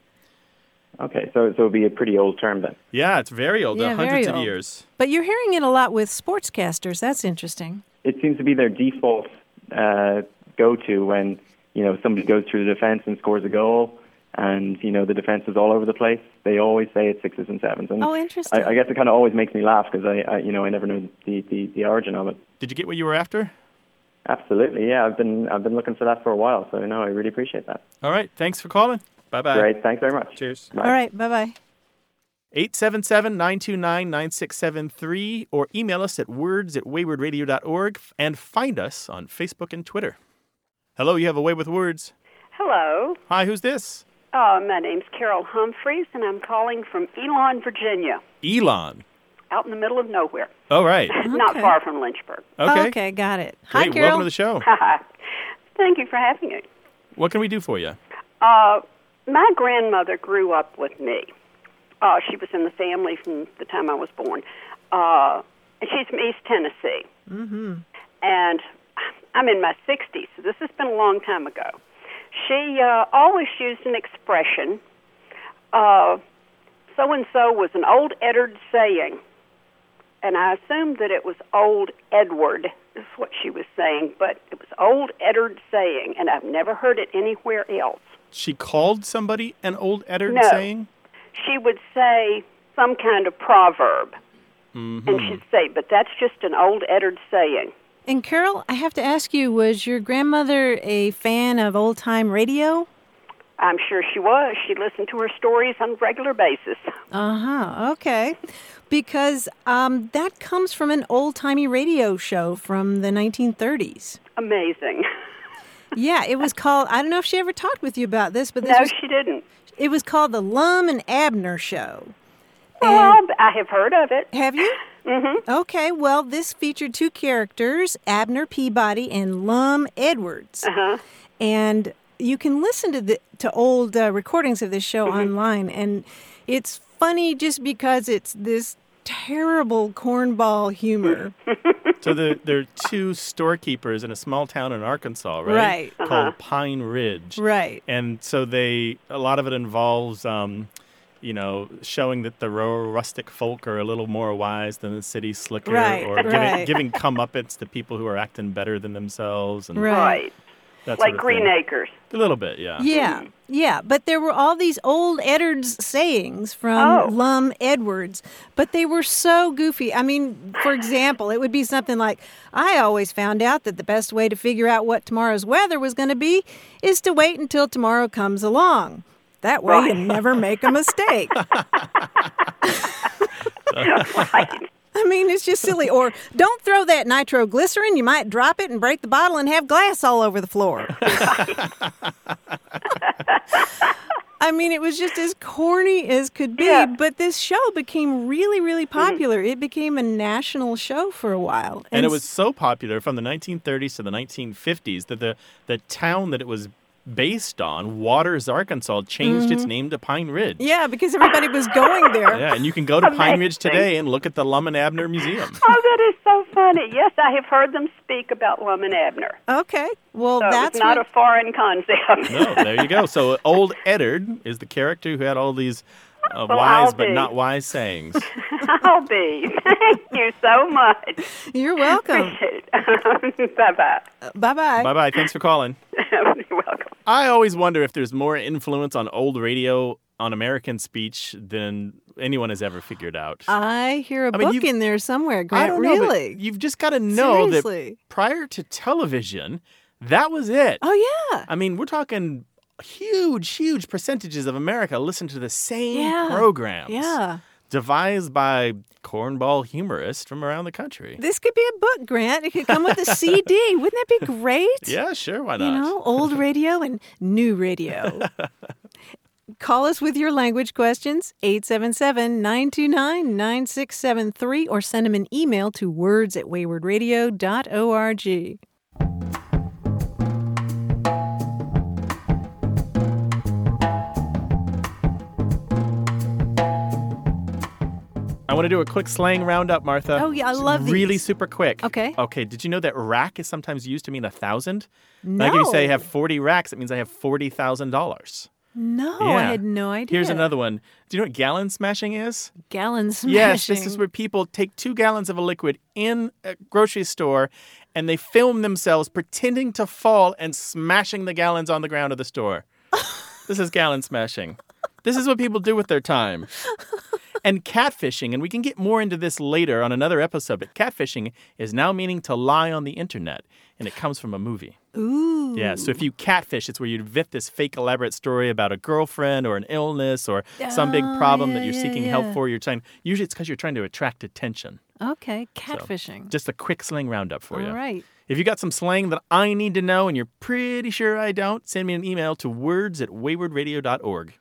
[SPEAKER 8] Okay, so so it would be a pretty old term then.
[SPEAKER 1] Yeah, it's very old,
[SPEAKER 2] Yeah,
[SPEAKER 1] uh, hundreds
[SPEAKER 2] very
[SPEAKER 1] of
[SPEAKER 2] old.
[SPEAKER 1] years.
[SPEAKER 2] But you're hearing it a lot with sportscasters. That's interesting.
[SPEAKER 8] It seems to be their default uh, go-to when you know somebody goes through the defense and scores a goal, and you know the defense is all over the place. They always say it's sixes and sevens. And
[SPEAKER 2] Oh, interesting.
[SPEAKER 8] I, I guess it kind of always makes me laugh because I, I, you know, I never knew the, the, the origin of it.
[SPEAKER 1] Did you get what you were after?
[SPEAKER 8] Absolutely, yeah. I've been I've been looking for that for a while, so no, I really appreciate that.
[SPEAKER 1] All right. Thanks for calling. Bye bye.
[SPEAKER 8] Great, thanks very much.
[SPEAKER 1] Cheers.
[SPEAKER 2] All right, bye bye.
[SPEAKER 1] 877 929 9673 or email us at words at waywardradio.org and find us on Facebook and Twitter. Hello, you have a way with words.
[SPEAKER 9] Hello.
[SPEAKER 1] Hi, who's this?
[SPEAKER 9] Uh, my name's Carol Humphreys, and I'm calling from Elon, Virginia,
[SPEAKER 1] Elon.
[SPEAKER 9] out in the middle of nowhere,
[SPEAKER 1] All right.
[SPEAKER 2] Uh-huh.
[SPEAKER 9] not far from Lynchburg.
[SPEAKER 1] Okay.
[SPEAKER 2] Okay, got it.
[SPEAKER 1] Great.
[SPEAKER 2] Hi,
[SPEAKER 1] Welcome
[SPEAKER 2] Carol.
[SPEAKER 1] to the show.
[SPEAKER 9] Thank you for having me.
[SPEAKER 1] What can we do for you?
[SPEAKER 9] Uh, my grandmother grew up with me. Uh, she was in the family from the time I was born. Uh, and she's from East Tennessee.
[SPEAKER 2] Mm-hmm.
[SPEAKER 9] and I'm in my 60s, so this has been a long time ago. She uh, always used an expression so and so was an old Eddard saying, and I assumed that it was old Edward, is what she was saying, but it was old Eddard saying, and I've never heard it anywhere else.
[SPEAKER 1] She called somebody an old Eddard
[SPEAKER 9] No.
[SPEAKER 1] saying?
[SPEAKER 9] She would say some kind of proverb, and
[SPEAKER 1] Mm-hmm.
[SPEAKER 9] she'd say, but that's just an old Eddard saying.
[SPEAKER 2] And Carol, I have to ask you, was your grandmother a fan of old time radio?
[SPEAKER 9] I'm sure she was. She listened to her stories on a regular basis.
[SPEAKER 2] Uh huh. Okay. Because um, that comes from an old timey radio show from the 1930s.
[SPEAKER 9] Amazing.
[SPEAKER 2] Yeah, it was called. I don't know if she ever talked with you about this, but this
[SPEAKER 9] No,
[SPEAKER 2] was,
[SPEAKER 9] she didn't.
[SPEAKER 2] It was called the Lum and Abner Show.
[SPEAKER 9] Well, I have heard of it.
[SPEAKER 2] Have you?
[SPEAKER 9] Mm-hmm.
[SPEAKER 2] Okay, well, this featured two characters, Abner Peabody and Lum Edwards.
[SPEAKER 9] Uh-huh.
[SPEAKER 2] And you can listen to the to old uh, recordings of this show
[SPEAKER 9] Mm-hmm.
[SPEAKER 2] online, and it's funny just because it's this terrible cornball humor.
[SPEAKER 1] so the, there are two storekeepers in a small town in Arkansas, right?
[SPEAKER 2] Right.
[SPEAKER 1] Called
[SPEAKER 2] Uh-huh.
[SPEAKER 1] Pine Ridge.
[SPEAKER 2] right.
[SPEAKER 1] and so they a lot of it involves um, you know showing that the rural rustic folk are a little more wise than the city slicker
[SPEAKER 9] Right,
[SPEAKER 1] or giving
[SPEAKER 9] right.
[SPEAKER 1] giving comeuppance to people who are acting better than themselves and
[SPEAKER 2] Right.
[SPEAKER 1] that
[SPEAKER 9] like
[SPEAKER 1] sort of
[SPEAKER 9] Green
[SPEAKER 1] thing.
[SPEAKER 9] Acres.
[SPEAKER 1] a little bit yeah
[SPEAKER 2] Yeah, yeah. But there were all these old Edwards sayings from Lum Edwards, but they were so goofy. I mean, for example, it would be something like, I always found out that the best way to figure out what tomorrow's weather was going to be is to wait until tomorrow comes along. That way you never make a mistake. I mean, it's just silly. Or don't throw that nitroglycerin. You might drop it and break the bottle and have glass all over the floor. I mean, it was just as corny as could be, but this show became really, really popular. It became a national show for a while.
[SPEAKER 1] and it was so popular from the 1930s to the 1950s that the the town that it was based on Waters Arkansas changed its
[SPEAKER 2] Mhm.
[SPEAKER 1] name to Pine Ridge
[SPEAKER 2] Yeah, because everybody was going there.
[SPEAKER 1] yeah and you can go to Pine Ridge
[SPEAKER 9] Amazing.
[SPEAKER 1] today and look at the Lum and Abner Museum
[SPEAKER 9] Oh, that is so funny. Yes, I have heard them speak about Lum and Abner.
[SPEAKER 2] Okay. Well,
[SPEAKER 9] so it's
[SPEAKER 2] that's
[SPEAKER 9] not
[SPEAKER 2] what-
[SPEAKER 9] a foreign concept.
[SPEAKER 1] uh, No, there you go. So old Eddard is the character who had all these Of
[SPEAKER 9] Well,
[SPEAKER 1] wise
[SPEAKER 9] I'll
[SPEAKER 1] but
[SPEAKER 9] be.
[SPEAKER 1] not wise sayings.
[SPEAKER 9] I'll be. Thank you so much.
[SPEAKER 2] You're welcome.
[SPEAKER 9] Appreciate it. bye bye.
[SPEAKER 2] Bye bye.
[SPEAKER 1] bye bye. Thanks for calling.
[SPEAKER 9] You're welcome.
[SPEAKER 1] I always wonder if there's more influence on old radio on American speech than anyone has ever figured out.
[SPEAKER 2] I hear a
[SPEAKER 1] I mean,
[SPEAKER 2] book
[SPEAKER 1] you've-
[SPEAKER 2] in there somewhere,
[SPEAKER 1] I
[SPEAKER 2] Grant.
[SPEAKER 1] don't know, but
[SPEAKER 2] really?
[SPEAKER 1] you've just got to know that
[SPEAKER 2] Seriously.
[SPEAKER 1] prior to television, that was it.
[SPEAKER 2] oh yeah.
[SPEAKER 1] I mean, we're talking huge, huge percentages of America listen to the same
[SPEAKER 2] Yeah.
[SPEAKER 1] programs.
[SPEAKER 2] Yeah.
[SPEAKER 1] Devised by cornball humorists from around the country.
[SPEAKER 2] This could be a book, Grant. It could come with a CD. Wouldn't that be great?
[SPEAKER 1] Yeah, sure, why
[SPEAKER 2] You
[SPEAKER 1] not?
[SPEAKER 2] know, old radio and new radio. Call us with your language questions, 877 929 9673, or send them an email to words at waywardradio.org.
[SPEAKER 1] I want to do a quick slang roundup, Martha.
[SPEAKER 2] Oh, yeah, I
[SPEAKER 1] Just
[SPEAKER 2] love these.
[SPEAKER 1] Really super quick.
[SPEAKER 2] Okay.
[SPEAKER 1] Okay, did you know that rack is sometimes used to mean a thousand? Like if you say I
[SPEAKER 2] No.
[SPEAKER 1] have 40 racks, it means I have $40,000.
[SPEAKER 2] No, I
[SPEAKER 1] Yeah.
[SPEAKER 2] had no idea.
[SPEAKER 1] Here's another one. Do you know what gallon smashing is?
[SPEAKER 2] gallon smashing.
[SPEAKER 1] Yes, this is where people take two gallons of a liquid in a grocery store and they film themselves pretending to fall and smashing the gallons on the ground of the store. this is gallon smashing. This is what people do with their time. And catfishing, and we can get more into this later on another episode, but catfishing is now meaning to lie on the internet, and it comes from a movie.
[SPEAKER 2] Ooh.
[SPEAKER 1] Yeah, so if you catfish, it's where you invent this fake elaborate story about a girlfriend or an illness or some big problem that
[SPEAKER 2] Oh, yeah,
[SPEAKER 1] you're
[SPEAKER 2] yeah,
[SPEAKER 1] seeking
[SPEAKER 2] yeah.
[SPEAKER 1] help for. You're trying. Usually, it's because you're trying to attract attention.
[SPEAKER 2] Okay, catfishing.
[SPEAKER 1] Just a quick slang roundup for you.
[SPEAKER 2] All right.
[SPEAKER 1] If you got some slang that I need to know and you're pretty sure I don't, send me an email to words at waywardradio.org.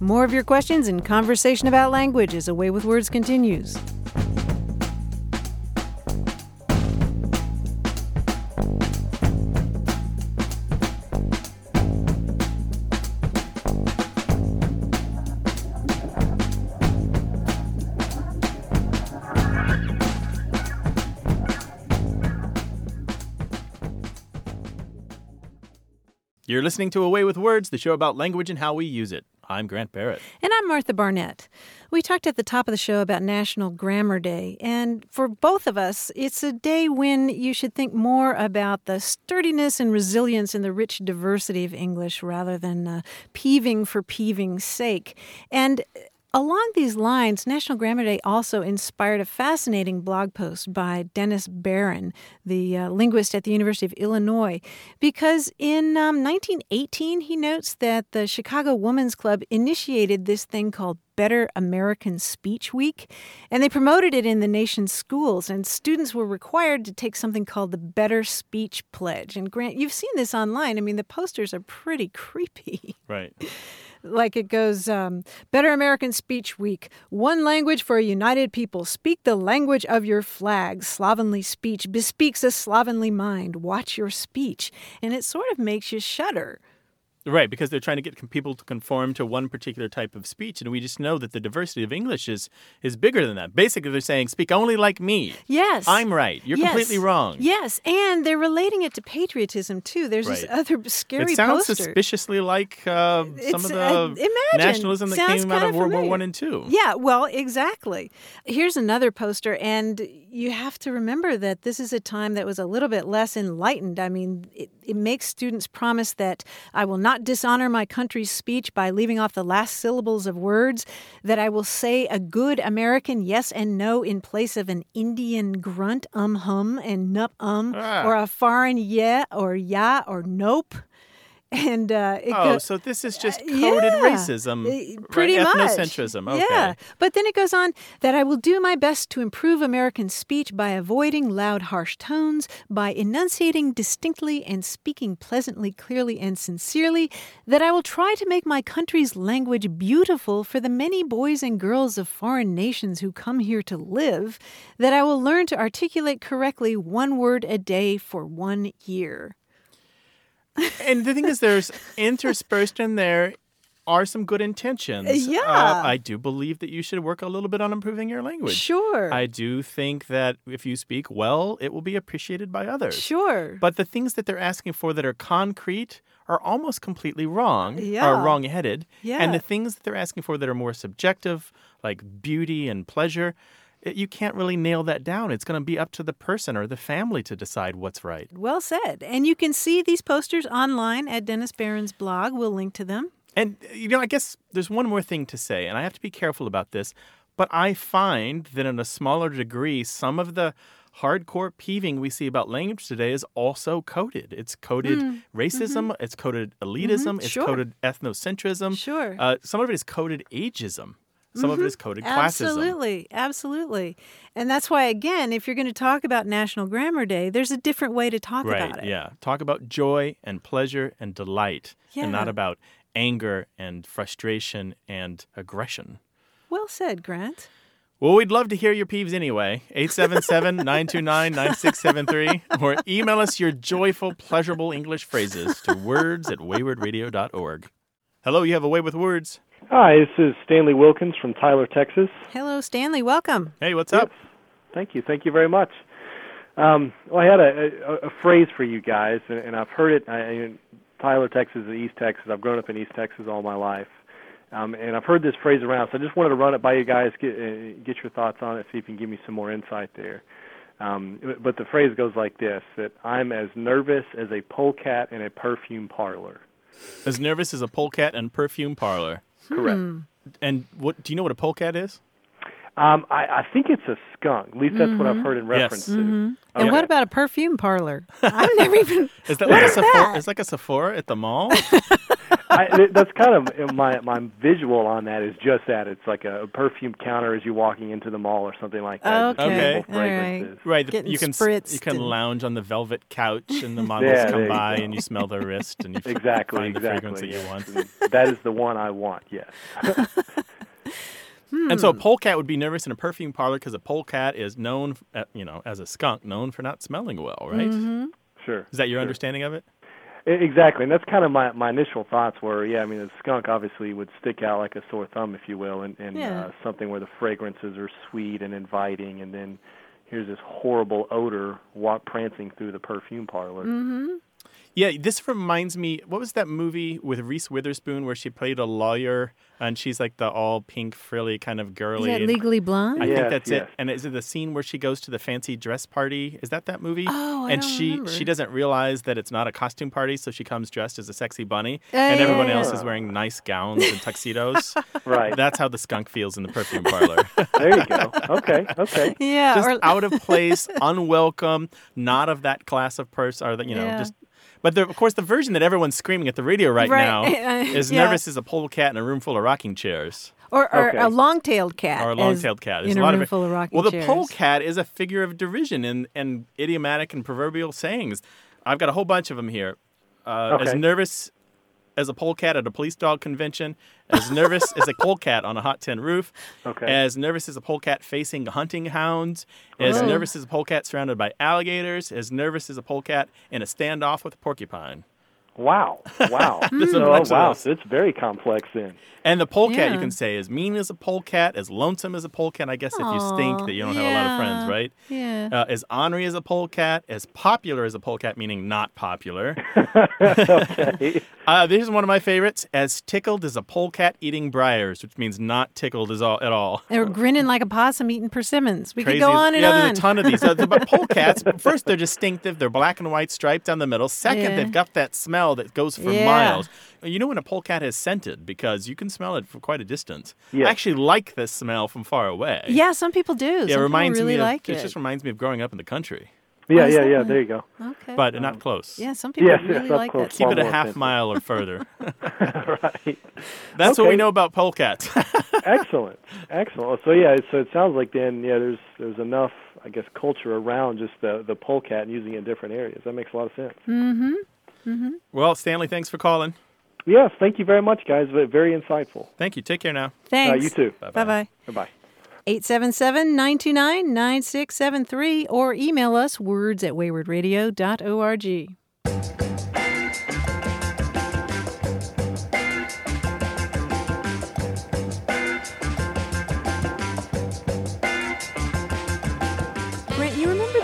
[SPEAKER 2] More of your questions and conversation about language as Away with Words continues.
[SPEAKER 1] You're listening to Away with Words, the show about language and how we use it. I'm Grant Barrett.
[SPEAKER 2] And I'm Martha Barnett. We talked at the top of the show about National Grammar Day, and for both of us, it's a day when you should think more about the sturdiness and resilience and the rich diversity of English rather than uh, peeving for peeving's sake. And Along these lines, National Grammar Day also inspired a fascinating blog post by Dennis Barron, the uh, linguist at the University of Illinois, because in um, 1918, he notes that the Chicago Women's Club initiated this thing called Better American Speech Week, and they promoted it in the nation's schools, and students were required to take something called the Better Speech Pledge. And Grant, you've seen this online. I mean, the posters are pretty creepy.
[SPEAKER 1] Right.
[SPEAKER 2] like it goes um, better american speech week one language for a united people speak the language of your flag slovenly speech bespeaks a slovenly mind watch your speech and it sort of makes you shudder
[SPEAKER 1] Right, because they're trying to get people to conform to one particular type of speech, and we just know that the diversity of English is is bigger than that. Basically, they're saying speak only like me.
[SPEAKER 2] yes
[SPEAKER 1] I'm right. You're
[SPEAKER 2] Yes.
[SPEAKER 1] completely wrong.
[SPEAKER 2] yes and they're relating it to patriotism too there's this
[SPEAKER 1] Right.
[SPEAKER 2] other scary
[SPEAKER 1] It sounds
[SPEAKER 2] poster
[SPEAKER 1] suspiciously like uh, some
[SPEAKER 2] It's-
[SPEAKER 1] of the
[SPEAKER 2] I- imagine.
[SPEAKER 1] nationalism that
[SPEAKER 2] Sounds
[SPEAKER 1] came out of
[SPEAKER 2] kinda
[SPEAKER 1] World War
[SPEAKER 2] familiar.
[SPEAKER 1] One and Two.
[SPEAKER 2] Yeah, well, exactly. Here's another poster, and you have to remember that this is a time that was a little bit less enlightened. I mean, it, it makes students promise that I will not dishonor my country's speech by leaving off the last syllables of words, that I will say a good American yes and no in place of an Indian grunt, um hum, and nup um,
[SPEAKER 1] Ah.
[SPEAKER 2] or a foreign yeah, or ya, or nope. And uh, it
[SPEAKER 1] Oh,
[SPEAKER 2] go- Uh,
[SPEAKER 1] so this is just coded
[SPEAKER 2] yeah.
[SPEAKER 1] racism,
[SPEAKER 2] Uh,
[SPEAKER 1] right?
[SPEAKER 2] pretty much
[SPEAKER 1] ethnocentrism. Okay.
[SPEAKER 2] Yeah, but then it goes on that I will do my best to improve American speech by avoiding loud, harsh tones, by enunciating distinctly and speaking pleasantly, clearly, and sincerely. That I will try to make my country's language beautiful for the many boys and girls of foreign nations who come here to live. That I will learn to articulate correctly one word a day for one year.
[SPEAKER 1] And the thing is, there's interspersed in there are some good intentions.
[SPEAKER 2] Uh, yeah.
[SPEAKER 1] Uh, I do believe that you should work a little bit on improving your language.
[SPEAKER 2] Sure.
[SPEAKER 1] I do think that if you speak well, it will be appreciated by others.
[SPEAKER 2] Sure.
[SPEAKER 1] But the things that they're asking for that are concrete are almost completely wrong or
[SPEAKER 2] Yeah.
[SPEAKER 1] wrong-headed.
[SPEAKER 2] Yeah.
[SPEAKER 1] And the things that they're asking for that are more subjective, like beauty and pleasure, it- you can't really nail that down. It's going to be up to the person or the family to decide what's right.
[SPEAKER 2] Well said. And you can see these posters online at Dennis Barron's blog. We'll link to them.
[SPEAKER 1] And, you know, I guess there's one more thing to say, and I have to be careful about this, but I find that in a smaller degree, some of the hardcore peeving we see about language today is also coded. It's coded
[SPEAKER 2] Hmm.
[SPEAKER 6] Mm,
[SPEAKER 1] racism,
[SPEAKER 2] Mm-hmm.
[SPEAKER 1] it's coded elitism, it's
[SPEAKER 6] sure.
[SPEAKER 1] coded ethnocentrism.
[SPEAKER 2] Sure.
[SPEAKER 1] Uh, some of it is coded ageism, some of it
[SPEAKER 2] Mhm.
[SPEAKER 1] is coded classism.
[SPEAKER 2] Absolutely, absolutely. And that's why, again, if you're going to talk about National Grammar Day, there's a different way to talk
[SPEAKER 1] right,
[SPEAKER 2] about it.
[SPEAKER 1] yeah. Talk about joy and pleasure and delight, and not
[SPEAKER 2] Yeah.
[SPEAKER 1] about anger and frustration and aggression.
[SPEAKER 2] Well said, Grant.
[SPEAKER 1] Well, we'd love to hear your peeves anyway. 877 929 9673. Or email us your joyful, pleasurable English phrases to words at waywardradio.org. Hello, you have a way with words.
[SPEAKER 10] Hi, this is Stanley Wilkins from Tyler, Texas.
[SPEAKER 2] Hello, Stanley. Welcome.
[SPEAKER 1] Hey, what's
[SPEAKER 10] up? Thank you. Thank you very much. Um, well, I had a, a, a phrase for you guys, and, and I've heard it. I, in Tyler, Texas, is East Texas. I've grown up in East Texas all my life, um, and I've heard this phrase around. So I just wanted to run it by you guys, get, uh, get your thoughts on it, see if you can give me some more insight there. Um, but the phrase goes like this: that I'm as nervous as a polecat in a perfume parlor.
[SPEAKER 1] As nervous as a polecat and perfume parlor. Hmm.
[SPEAKER 10] Correct.
[SPEAKER 1] And what do you know what a polecat is?
[SPEAKER 10] Um, I, I think it's a skunk. At least that's what
[SPEAKER 2] Mm-hmm.
[SPEAKER 1] Mm-hmm.
[SPEAKER 10] I've heard in reference to.
[SPEAKER 2] Mhm. And what about a perfume parlor? I've never even.
[SPEAKER 1] Is that
[SPEAKER 2] What
[SPEAKER 1] like a
[SPEAKER 2] is
[SPEAKER 1] Sephora?
[SPEAKER 2] that?
[SPEAKER 1] It's like a Sephora at the mall.
[SPEAKER 10] I, th- that's kind of my my visual on that is just that it's like a perfume counter as you're walking into the mall or something like that. Just
[SPEAKER 1] Okay.
[SPEAKER 10] beautiful fragrances.
[SPEAKER 1] Right. the-
[SPEAKER 10] Getting
[SPEAKER 1] You can s- you
[SPEAKER 10] spritzed
[SPEAKER 1] can
[SPEAKER 10] and-
[SPEAKER 1] lounge on the velvet couch, and the models
[SPEAKER 10] Yeah, there
[SPEAKER 1] come
[SPEAKER 10] you
[SPEAKER 1] by,
[SPEAKER 10] go.
[SPEAKER 1] and you smell their wrist, and you f-
[SPEAKER 10] Exactly,
[SPEAKER 1] find the fragrance that
[SPEAKER 10] exactly,
[SPEAKER 1] you
[SPEAKER 10] yeah.
[SPEAKER 1] want.
[SPEAKER 10] That is the one I want. Yes.
[SPEAKER 1] And so a polecat would be nervous in a perfume parlor because a polecat is known, uh, you know, as a skunk, known for not smelling well, right?
[SPEAKER 10] Mhm. Sure.
[SPEAKER 1] Is that your understanding of it?
[SPEAKER 10] E- Exactly, and that's kind of my my initial thoughts were. Yeah, I mean, the skunk obviously would stick out like a sore thumb, if you will, and and
[SPEAKER 11] Yeah.
[SPEAKER 10] uh, something where the fragrances are sweet and inviting, and then here's this horrible odor wa- prancing through the perfume parlor.
[SPEAKER 1] Mm-hmm. Yeah, this reminds me. What was that movie with Reese Witherspoon where she played a lawyer and she's like the all pink, frilly kind of girly?
[SPEAKER 2] that
[SPEAKER 1] and-
[SPEAKER 2] Legally Blonde?
[SPEAKER 1] I
[SPEAKER 2] Yes,
[SPEAKER 1] think that's
[SPEAKER 2] yes.
[SPEAKER 1] it. And is it the scene where she goes to the fancy dress party? Is that that movie?
[SPEAKER 2] Oh, I
[SPEAKER 1] and
[SPEAKER 2] don't
[SPEAKER 1] she
[SPEAKER 2] remember.
[SPEAKER 1] she doesn't realize that it's not a costume party, so she comes dressed as a sexy bunny,
[SPEAKER 2] Oh,
[SPEAKER 1] and
[SPEAKER 2] yeah,
[SPEAKER 1] everyone
[SPEAKER 2] yeah,
[SPEAKER 1] else
[SPEAKER 2] yeah.
[SPEAKER 1] is wearing nice gowns and tuxedos.
[SPEAKER 10] right.
[SPEAKER 1] That's how the skunk feels in the perfume parlor.
[SPEAKER 10] There you go. Okay. Okay.
[SPEAKER 2] Yeah,
[SPEAKER 1] Just
[SPEAKER 2] or-
[SPEAKER 1] out of place, unwelcome, not of that class of person, or that you know,
[SPEAKER 2] Yeah.
[SPEAKER 1] just. But the, of course, the version that everyone's screaming at the radio right,
[SPEAKER 2] Right,
[SPEAKER 1] now is
[SPEAKER 2] yeah.
[SPEAKER 1] nervous as a polecat in a room full of rocking chairs.
[SPEAKER 2] Or, or a long-tailed cat.
[SPEAKER 1] Or a
[SPEAKER 2] as
[SPEAKER 1] long-tailed cat. There's
[SPEAKER 2] in
[SPEAKER 1] a lot of
[SPEAKER 2] room
[SPEAKER 1] it.
[SPEAKER 2] full of rocking
[SPEAKER 1] well, the
[SPEAKER 2] chairs.
[SPEAKER 1] polecat is a figure of derision and and idiomatic and proverbial sayings. I've got a whole bunch of them here. Uh, As
[SPEAKER 6] Okay.
[SPEAKER 1] nervous as a polecat at a police dog convention, as nervous as a polecat on a hot tin roof,
[SPEAKER 10] Okay.
[SPEAKER 1] as nervous as a polecat facing hunting hounds, as
[SPEAKER 6] Oh.
[SPEAKER 1] nervous as a polecat surrounded by alligators, as nervous as a polecat in a standoff with a porcupine.
[SPEAKER 10] Wow. Wow.
[SPEAKER 1] There's a
[SPEAKER 10] So,
[SPEAKER 1] bunch of
[SPEAKER 10] wow.
[SPEAKER 1] those.
[SPEAKER 10] so It's very complex then.
[SPEAKER 1] And the polecat,
[SPEAKER 10] Yeah.
[SPEAKER 1] you can say, as mean as a polecat, as lonesome as a polecat. I guess if you
[SPEAKER 6] Aw,
[SPEAKER 1] stink, that you don't have a lot of friends,
[SPEAKER 6] yeah,
[SPEAKER 1] right?
[SPEAKER 6] yeah.
[SPEAKER 1] Uh, as ornery as a polecat, as popular as a polecat, meaning not popular. uh, this is one of my favorites. As tickled as a polecat eating briars, which means not tickled as all, at all.
[SPEAKER 2] Or grinning like a possum eating persimmons. We
[SPEAKER 1] Crazy
[SPEAKER 2] could go
[SPEAKER 1] as-
[SPEAKER 2] on and
[SPEAKER 1] yeah,
[SPEAKER 2] on.
[SPEAKER 1] there's a ton of these. Uh, but polecats, first, they're distinctive. They're black and white striped down the middle. Second,
[SPEAKER 6] Yeah.
[SPEAKER 1] they've got that smell that goes for
[SPEAKER 6] Yeah.
[SPEAKER 1] miles. You know when a polecat is scented because you can smell it from quite a distance.
[SPEAKER 6] Yeah.
[SPEAKER 1] I actually like this smell from far away.
[SPEAKER 2] yeah, some people do. some
[SPEAKER 1] it
[SPEAKER 2] people
[SPEAKER 1] reminds
[SPEAKER 2] really
[SPEAKER 1] me. Of,
[SPEAKER 2] like it.
[SPEAKER 1] just reminds me of growing up in the country.
[SPEAKER 10] Yeah, yeah, yeah. There you go.
[SPEAKER 2] Okay.
[SPEAKER 1] But not close.
[SPEAKER 2] Yeah, some people Yes, yes, really up like close, that.
[SPEAKER 1] Keep
[SPEAKER 2] far
[SPEAKER 1] it a
[SPEAKER 2] more
[SPEAKER 1] half
[SPEAKER 2] offensive.
[SPEAKER 1] mile or further.
[SPEAKER 10] right.
[SPEAKER 1] That's what we
[SPEAKER 10] Okay.
[SPEAKER 1] know about polecats.
[SPEAKER 10] excellent, excellent. So yeah, so it sounds like then yeah, there's there's enough I guess culture around just the the polecat and using it in different areas. That makes a lot of sense.
[SPEAKER 2] Mm-hmm. Mm-hmm.
[SPEAKER 1] well, Stanley, thanks for calling.
[SPEAKER 10] Yes, thank you very much, guys. But very insightful.
[SPEAKER 1] Thank you. Take care now.
[SPEAKER 2] Thanks.
[SPEAKER 10] you too.
[SPEAKER 2] Bye-bye.
[SPEAKER 10] Bye bye.
[SPEAKER 2] 877-929-9673 or email us words at waywardradio.org.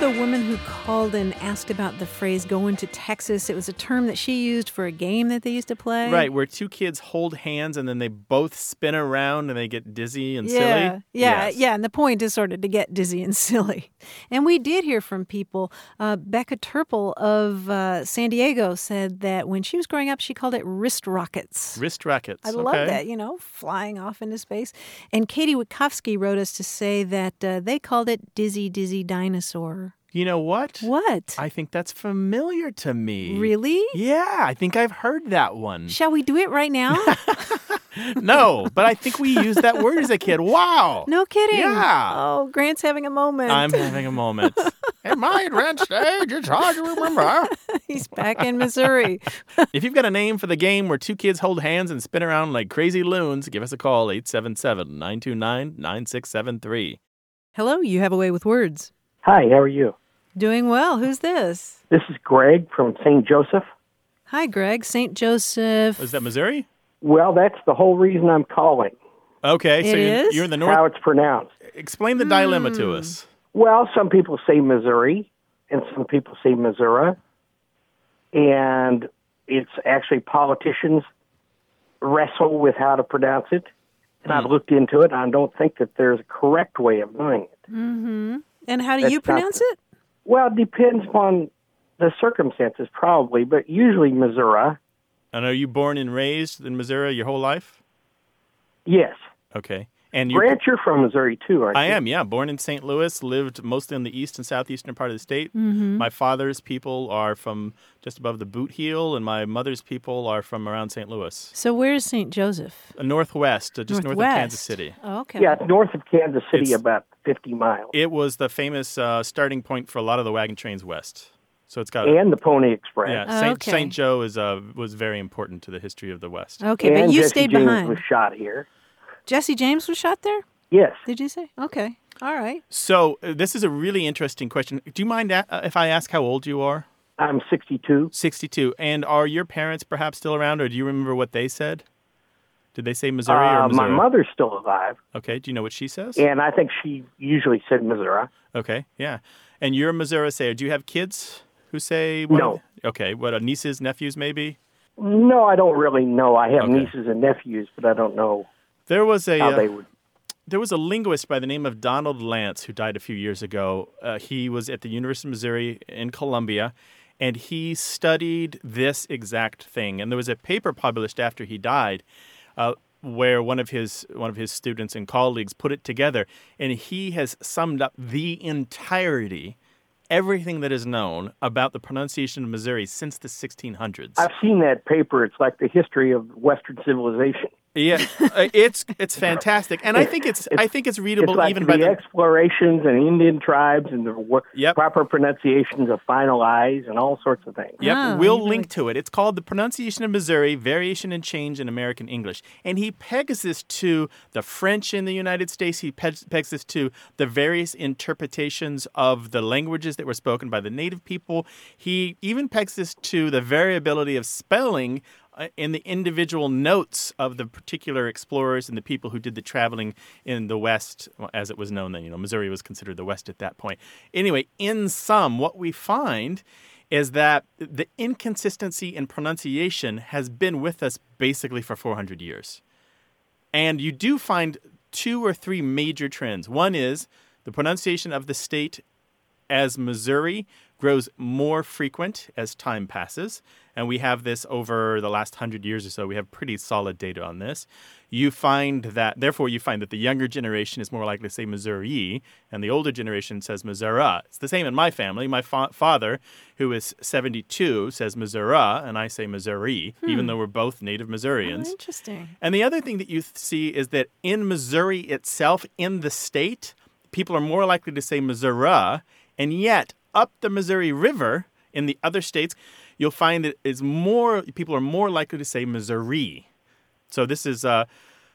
[SPEAKER 2] the woman who called and asked about the phrase going to Texas? It was a term that she used for a game that they used to play.
[SPEAKER 1] Right, where two kids hold hands and then they both spin around and they get dizzy and
[SPEAKER 2] yeah,
[SPEAKER 1] silly.
[SPEAKER 2] Yeah,
[SPEAKER 1] Yes.
[SPEAKER 2] yeah. And the point is sort of to get dizzy and silly. And we did hear from people. Uh, Becca Turple of uh, San Diego said that when she was growing up, she called it wrist rockets.
[SPEAKER 1] Wrist rackets.
[SPEAKER 2] I love
[SPEAKER 1] okay.
[SPEAKER 2] that, you know, flying off into space. And Katie Wachowski wrote us to say that uh, they called it Dizzy Dizzy Dinosaur.
[SPEAKER 1] You know what?
[SPEAKER 2] What?
[SPEAKER 1] I think that's familiar to me.
[SPEAKER 2] Really?
[SPEAKER 1] Yeah, I think I've heard that one.
[SPEAKER 2] Shall we do it right now?
[SPEAKER 1] no, but I think we used that word as a kid. Wow.
[SPEAKER 2] no kidding.
[SPEAKER 1] Yeah.
[SPEAKER 2] Oh, Grant's having a moment.
[SPEAKER 1] I'm having a moment. Am I advanced age? It's hard to remember.
[SPEAKER 2] He's back in Missouri.
[SPEAKER 1] If you've got a name for the game where two kids hold hands and spin around like crazy loons, give us a call 877 929 9673.
[SPEAKER 2] Hello, you have a way with words.
[SPEAKER 11] Hi, how are you?
[SPEAKER 2] Doing well. Who's this?
[SPEAKER 11] This is Greg from St. Joseph.
[SPEAKER 2] Hi, Greg. St. Joseph.
[SPEAKER 1] Is that Missouri?
[SPEAKER 11] Well, that's the whole reason I'm calling.
[SPEAKER 1] Okay, so
[SPEAKER 2] It
[SPEAKER 1] you're,
[SPEAKER 2] is? Hmm.
[SPEAKER 1] you're in the north.
[SPEAKER 11] How it's pronounced.
[SPEAKER 1] Explain the dilemma to us.
[SPEAKER 11] Well, some people say Missouri, and some people say Missouri, and it's actually politicians wrestle with how to pronounce it. And
[SPEAKER 1] Hmm.
[SPEAKER 11] I've looked into it. and I don't think that there's a correct way of doing it.
[SPEAKER 2] Mm-hmm. And how do
[SPEAKER 11] That's
[SPEAKER 2] you
[SPEAKER 11] not
[SPEAKER 2] pronounce
[SPEAKER 11] the-
[SPEAKER 2] it?
[SPEAKER 11] Well, it depends on the circumstances, probably, but usually Missouri.
[SPEAKER 1] And are you born and raised in Missouri your whole life?
[SPEAKER 11] Yes,
[SPEAKER 1] Okay. And you
[SPEAKER 11] Grant, you're from Missouri too, aren't
[SPEAKER 1] I
[SPEAKER 11] you?
[SPEAKER 1] am, yeah. Born in St. Louis, lived mostly in the east and southeastern part of the state.
[SPEAKER 2] Mm-hmm.
[SPEAKER 1] My father's people are from just above the boot heel, and my mother's people are from around St. Louis.
[SPEAKER 2] So where's St. Joseph?
[SPEAKER 1] Uh, Northwest, uh, just north of Kansas
[SPEAKER 2] Northwest.
[SPEAKER 1] City.
[SPEAKER 2] Oh, okay.
[SPEAKER 11] Yeah, it's north of Kansas City,
[SPEAKER 1] It's-
[SPEAKER 11] about 50 miles,
[SPEAKER 1] It was the famous uh, starting point for a lot of the wagon trains west. So it's got
[SPEAKER 11] and the Pony Express.
[SPEAKER 1] yeah.
[SPEAKER 2] Oh,
[SPEAKER 1] St.
[SPEAKER 2] okay.
[SPEAKER 1] St. Joe is uh, was very important to the history of the west.
[SPEAKER 2] Okay,
[SPEAKER 11] and
[SPEAKER 2] but you
[SPEAKER 11] Jesse
[SPEAKER 2] stayed
[SPEAKER 11] James
[SPEAKER 2] behind.
[SPEAKER 11] was shot here.
[SPEAKER 2] Jesse James was shot there?
[SPEAKER 11] Yes.
[SPEAKER 2] Did you say? Okay. All right.
[SPEAKER 1] So uh, this is a really interesting question. Do you mind a- uh, if I ask how old you are?
[SPEAKER 11] I'm 62.
[SPEAKER 1] 62. And are your parents perhaps still around, or do you remember what they said? Did they say Missouri
[SPEAKER 11] Uh,
[SPEAKER 1] or
[SPEAKER 11] my
[SPEAKER 1] Missouri?
[SPEAKER 11] mother's still alive,
[SPEAKER 1] Okay. Do you know what she says?
[SPEAKER 11] and I think she usually said Missouri.
[SPEAKER 1] Okay. Yeah. And you're a Missouri sayer. Do you have kids who say? one
[SPEAKER 11] No.
[SPEAKER 1] Okay. What uh, nieces, nephews, maybe?
[SPEAKER 11] No, I don't really know. I have
[SPEAKER 1] Okay.
[SPEAKER 11] nieces and nephews, but I don't know
[SPEAKER 1] There was a
[SPEAKER 11] how
[SPEAKER 1] uh,
[SPEAKER 11] they would.
[SPEAKER 1] there was a linguist by the name of Donald Lance who died a few years ago. Uh, he was at the University of Missouri in Columbia, and he studied this exact thing. And there was a paper published after he died, uh, where one of his one of his students and colleagues put it together, and he has summed up the entirety. Everything that is known about the pronunciation of Missouri since the 1600s.
[SPEAKER 11] I've seen that paper. It's like the history of Western civilization.
[SPEAKER 1] Yeah, uh, it's it's fantastic, and I think it's, I think it's readable
[SPEAKER 11] It's like
[SPEAKER 1] even
[SPEAKER 11] the
[SPEAKER 1] by the
[SPEAKER 11] explorations and Indian tribes and the wo-
[SPEAKER 1] Yep.
[SPEAKER 11] proper pronunciations of final I's and all sorts of things.
[SPEAKER 1] Yep,
[SPEAKER 2] Ah,
[SPEAKER 1] we'll
[SPEAKER 2] you really-
[SPEAKER 1] link to it. It's called The Pronunciation of Missouri Variation and Change in American English. And he pegs this to the French in the United States. He pegs, pegs this to the various interpretations of the languages that were spoken by the native people. He even pegs this to the variability of spelling uh, in the individual notes of the particular explorers and the people who did the traveling in the West, well, as it was known then. You know, Missouri was considered the West at that point. Anyway, in sum, what we find is that the inconsistency in pronunciation has been with us basically for 400 years. And you do find two or three major trends. One is the pronunciation of the state as Missouri grows more frequent as time passes, and we have this over the last hundred years or so, we have pretty solid data on this. You find that, therefore, you find that the younger generation is more likely to say Missouri, and the older generation says Missouri. It's the same in my family. My fa- father, who is 72, says Missouri, and I say Missouri, even though we're both native
[SPEAKER 2] Hmm. Oh,
[SPEAKER 1] Missourians.
[SPEAKER 2] interesting.
[SPEAKER 1] Mm-hmm. And the other thing that you th- see is that in Missouri itself, in the state, people are more likely to say Missouri. And yet, up the Missouri River in the other states, you'll find that it's more people are more likely to say Missouri. So this is uh,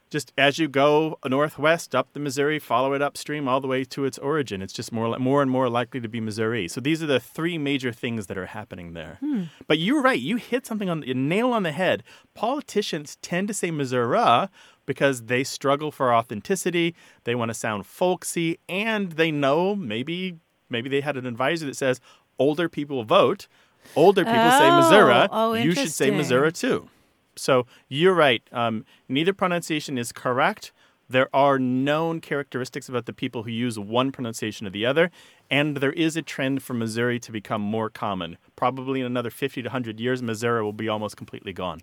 [SPEAKER 1] just as you go northwest up the Missouri, follow it upstream all the way to its origin. It's just more li- more and more likely to be Missouri. So these are the three major things that are happening there.
[SPEAKER 2] Hmm.
[SPEAKER 1] But you're right. You hit something on the nail on the head. Politicians tend to say Missouri because they struggle for authenticity. They want to sound folksy, and they know maybe. maybe they had an advisor that says older people vote, older people say
[SPEAKER 2] Oh,
[SPEAKER 1] Missouri.
[SPEAKER 2] oh,
[SPEAKER 1] you should say
[SPEAKER 2] interesting.
[SPEAKER 1] Missouri too. So you're right. Um, neither pronunciation is correct. There are known characteristics about the people who use one pronunciation or the other, and there is a trend for Missouri to become more common. Probably in another 50 to 100 years, Missouri will be almost completely gone.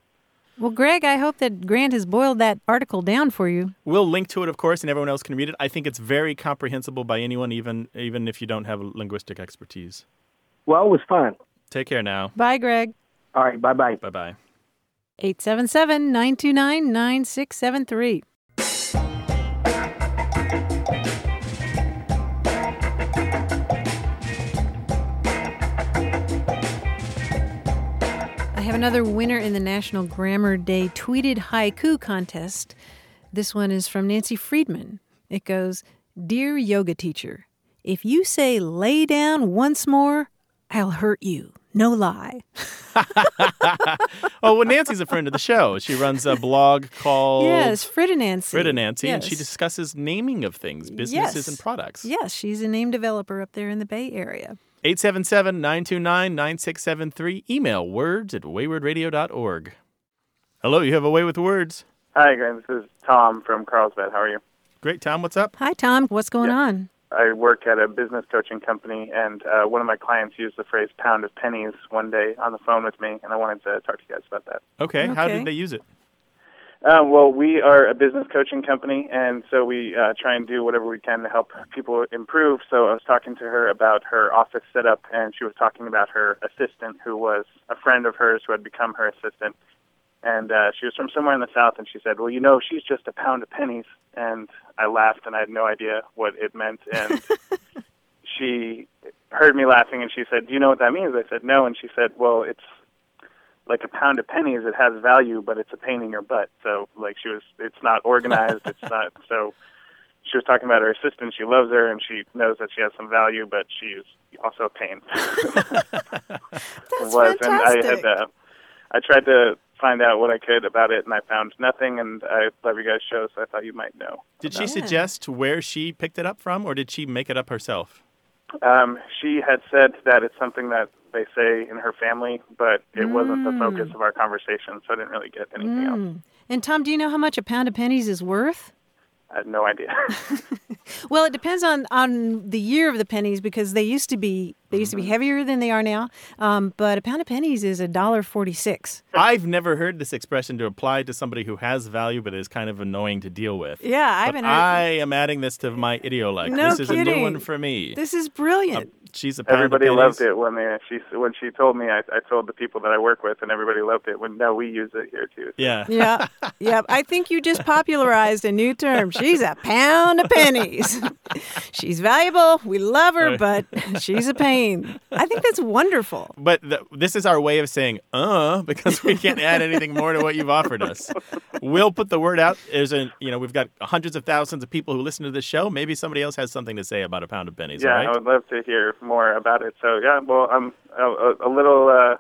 [SPEAKER 2] Well, Greg, I hope that Grant has boiled that article down for you.
[SPEAKER 1] We'll link to it, of course, and everyone else can read it. I think it's very comprehensible by anyone, even even if you don't have linguistic expertise.
[SPEAKER 11] Well, it was fun.
[SPEAKER 1] Take care now.
[SPEAKER 2] Bye, Greg.
[SPEAKER 11] All right. Bye bye.
[SPEAKER 1] Bye bye.
[SPEAKER 2] 877 929 9673. I have another winner in the National Grammar Day tweeted haiku contest. This one is from Nancy Friedman. It goes Dear yoga teacher, if you say lay down once more, I'll hurt you. No lie.
[SPEAKER 1] Oh, well, Nancy's a friend of the show. She runs a blog called
[SPEAKER 2] Yes, Frid and Nancy.
[SPEAKER 1] Frit and Nancy, and she
[SPEAKER 2] Yes.
[SPEAKER 1] discusses naming of things, businesses, and products.
[SPEAKER 2] Yes, she's a name developer up there in the Bay Area.
[SPEAKER 1] 877 929 9673. Email words at waywardradio.org. Hello, you have a way with words.
[SPEAKER 12] Hi, Grant. This is Tom from Carlsbad. How are you?
[SPEAKER 1] Great, Tom. What's up?
[SPEAKER 2] Hi, Tom. What's going on?
[SPEAKER 12] I work at a business coaching company, and uh, one of my clients used the phrase pound of pennies one day on the phone with me, and I wanted to talk to you guys about that.
[SPEAKER 1] Okay, how
[SPEAKER 12] Okay.
[SPEAKER 1] did they use it?
[SPEAKER 12] Uh, well, we are a business coaching company, and so we uh, try and do whatever we can to help people improve. So I was talking to her about her office setup, and she was talking about her assistant, who was a friend of hers who had become her assistant. And uh, she was from somewhere in the South, and she said, Well, you know, she's just a pound of pennies. And I laughed, and I had no idea what it meant. And she heard me laughing, and she said, Do you know what that means? I said, No. And she said, Well, it's like a pound of pennies it has value but it's a pain in your butt so like she was it's not organized it's not so she was talking about her assistant she loves her and she knows that she has some value but she's also a pain
[SPEAKER 13] That's
[SPEAKER 12] was and i
[SPEAKER 13] fantastic.
[SPEAKER 12] had uh, i tried to find out what i could about it and i found nothing and i love you guys show so i thought you might know
[SPEAKER 1] Did she suggest where she picked it up from, or did she make it up herself?
[SPEAKER 12] um she had said that it's something that they say in her family but it wasn't the
[SPEAKER 2] Mm.
[SPEAKER 12] focus of our conversation so i didn't really get anything
[SPEAKER 2] Mm. And Tom, do you know how much a pound of pennies is worth?
[SPEAKER 12] i had no idea
[SPEAKER 2] Well, it depends on, on the year of the pennies because they used to be they used to
[SPEAKER 1] Mm-hmm.
[SPEAKER 2] be heavier than they are now. Um, but a pound of pennies is a dollar forty six.
[SPEAKER 1] I've never heard this expression to apply to somebody who has value but is kind of annoying to deal with.
[SPEAKER 2] Yeah,
[SPEAKER 1] but
[SPEAKER 2] I haven't heard-
[SPEAKER 1] I am adding this to my idiolect.
[SPEAKER 2] No
[SPEAKER 1] this is a
[SPEAKER 2] kidding.
[SPEAKER 1] new one for me.
[SPEAKER 2] This is brilliant.
[SPEAKER 1] She's a pound of
[SPEAKER 12] Everybody
[SPEAKER 1] pennies.
[SPEAKER 12] loved it when they, she when she told me. I, I told the people that I work with, and everybody loved it. When no, we use it here too.
[SPEAKER 1] Yeah.
[SPEAKER 2] yeah, yeah. I think you just popularized a new term. She's a pound of pennies. she's valuable. We love her, but she's a pain. I think that's wonderful.
[SPEAKER 1] But th- this is our way of saying, uh, because we can't add anything more to what you've offered us. We'll put the word out. There's a, you know, we've got hundreds of thousands of people who listen to this show. Maybe somebody else has something to say about a pound of pennies,
[SPEAKER 12] yeah,
[SPEAKER 1] all right?
[SPEAKER 12] I would love to hear more about it. So yeah, well, I'm a, a- a little. Uh,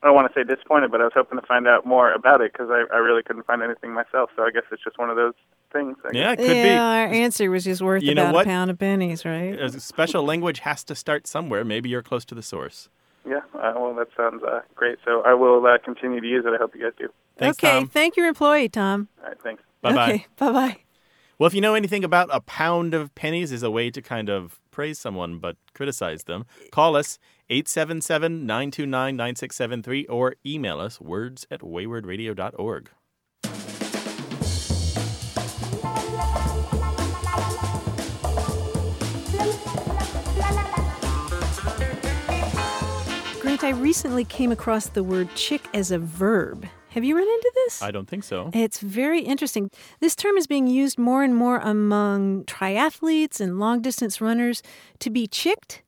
[SPEAKER 12] I don't want to say disappointed, but I was hoping to find out more about it because I, I really couldn't find anything myself. So I guess it's just one of those things. I guess.
[SPEAKER 2] Our answer was just worth
[SPEAKER 1] You know
[SPEAKER 2] about
[SPEAKER 1] what?
[SPEAKER 2] a pound of pennies, right?
[SPEAKER 1] A special language has to start somewhere. Maybe you're close to the source.
[SPEAKER 12] Yeah, uh, well, that sounds uh, great. So I will uh, continue to use it. I hope you guys do.
[SPEAKER 1] Thanks,
[SPEAKER 2] okay,
[SPEAKER 1] Tom.
[SPEAKER 2] thank your employee, Tom.
[SPEAKER 12] All right, thanks.
[SPEAKER 1] Bye bye.
[SPEAKER 2] Okay, bye bye.
[SPEAKER 1] Well, if you know anything about a pound of pennies is a way to kind of praise someone but criticize them, call us 877-929-9673 or email us words at waywardradio.org.
[SPEAKER 2] Grant, I recently came across the word chick as a verb. Have you run into this?
[SPEAKER 1] I don't think so.
[SPEAKER 2] It's very interesting. This term is being used more and more among triathletes and long distance runners. To be chicked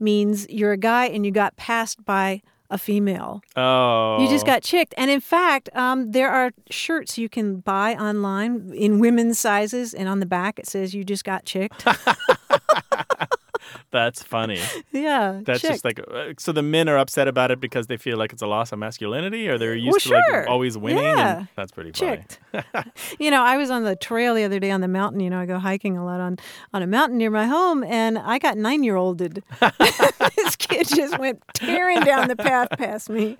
[SPEAKER 2] means you're a guy and you got passed by a female.
[SPEAKER 1] Oh.
[SPEAKER 2] You just got chicked. And in fact, um, there are shirts you can buy online in women's sizes, and on the back it says you just got chicked.
[SPEAKER 1] That's funny.
[SPEAKER 2] Yeah,
[SPEAKER 1] That's
[SPEAKER 2] check.
[SPEAKER 1] just like uh, so. The men are upset about it because they feel like it's a loss of masculinity, or they're used
[SPEAKER 2] Well,
[SPEAKER 1] to
[SPEAKER 2] sure.
[SPEAKER 1] like always winning.
[SPEAKER 2] Yeah.
[SPEAKER 1] And that's pretty funny.
[SPEAKER 2] Checked. you know, I was on the trail the other day on the mountain. You know, I go hiking a lot on on a mountain near my home, and I got nine year olded. this kid just went tearing down the path past me.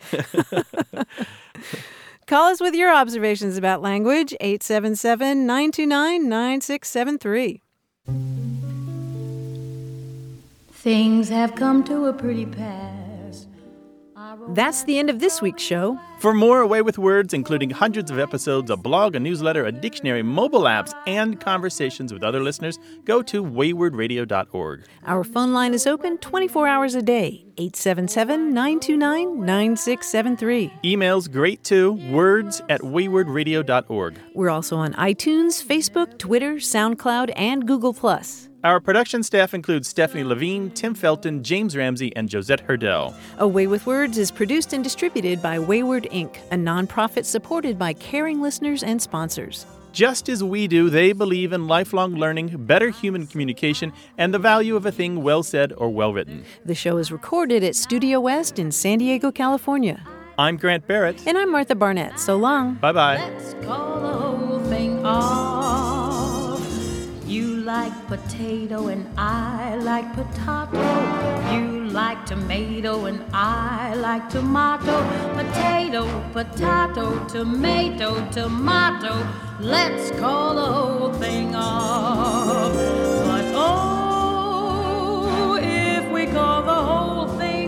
[SPEAKER 2] Call us with your observations about language 877 929 9673.
[SPEAKER 13] Things have come to a pretty pass.
[SPEAKER 2] That's the end of this week's show.
[SPEAKER 1] For more Away with Words, including hundreds of episodes, a blog, a newsletter, a dictionary, mobile apps, and conversations with other listeners, go to waywardradio.org.
[SPEAKER 2] Our phone line is open 24 hours a day 877 929 9673.
[SPEAKER 1] Emails great too, words at waywardradio.org.
[SPEAKER 2] We're also on iTunes, Facebook, Twitter, SoundCloud, and Google. Plus.
[SPEAKER 1] Our production staff includes Stephanie Levine, Tim Felton, James Ramsey, and Josette Hurdell.
[SPEAKER 2] Away with Words is produced and distributed by Wayward Inc., a nonprofit supported by caring listeners and sponsors.
[SPEAKER 1] Just as we do, they believe in lifelong learning, better human communication, and the value of a thing well said or well written.
[SPEAKER 2] The show is recorded at Studio West in San Diego, California.
[SPEAKER 1] I'm Grant Barrett.
[SPEAKER 2] And I'm Martha Barnett. So long.
[SPEAKER 1] Bye bye.
[SPEAKER 13] Call the whole thing off. You like potato and I like potato. You like tomato and I like tomato. Potato, potato, tomato, tomato. Let's call the whole thing off. But oh, if we call the whole thing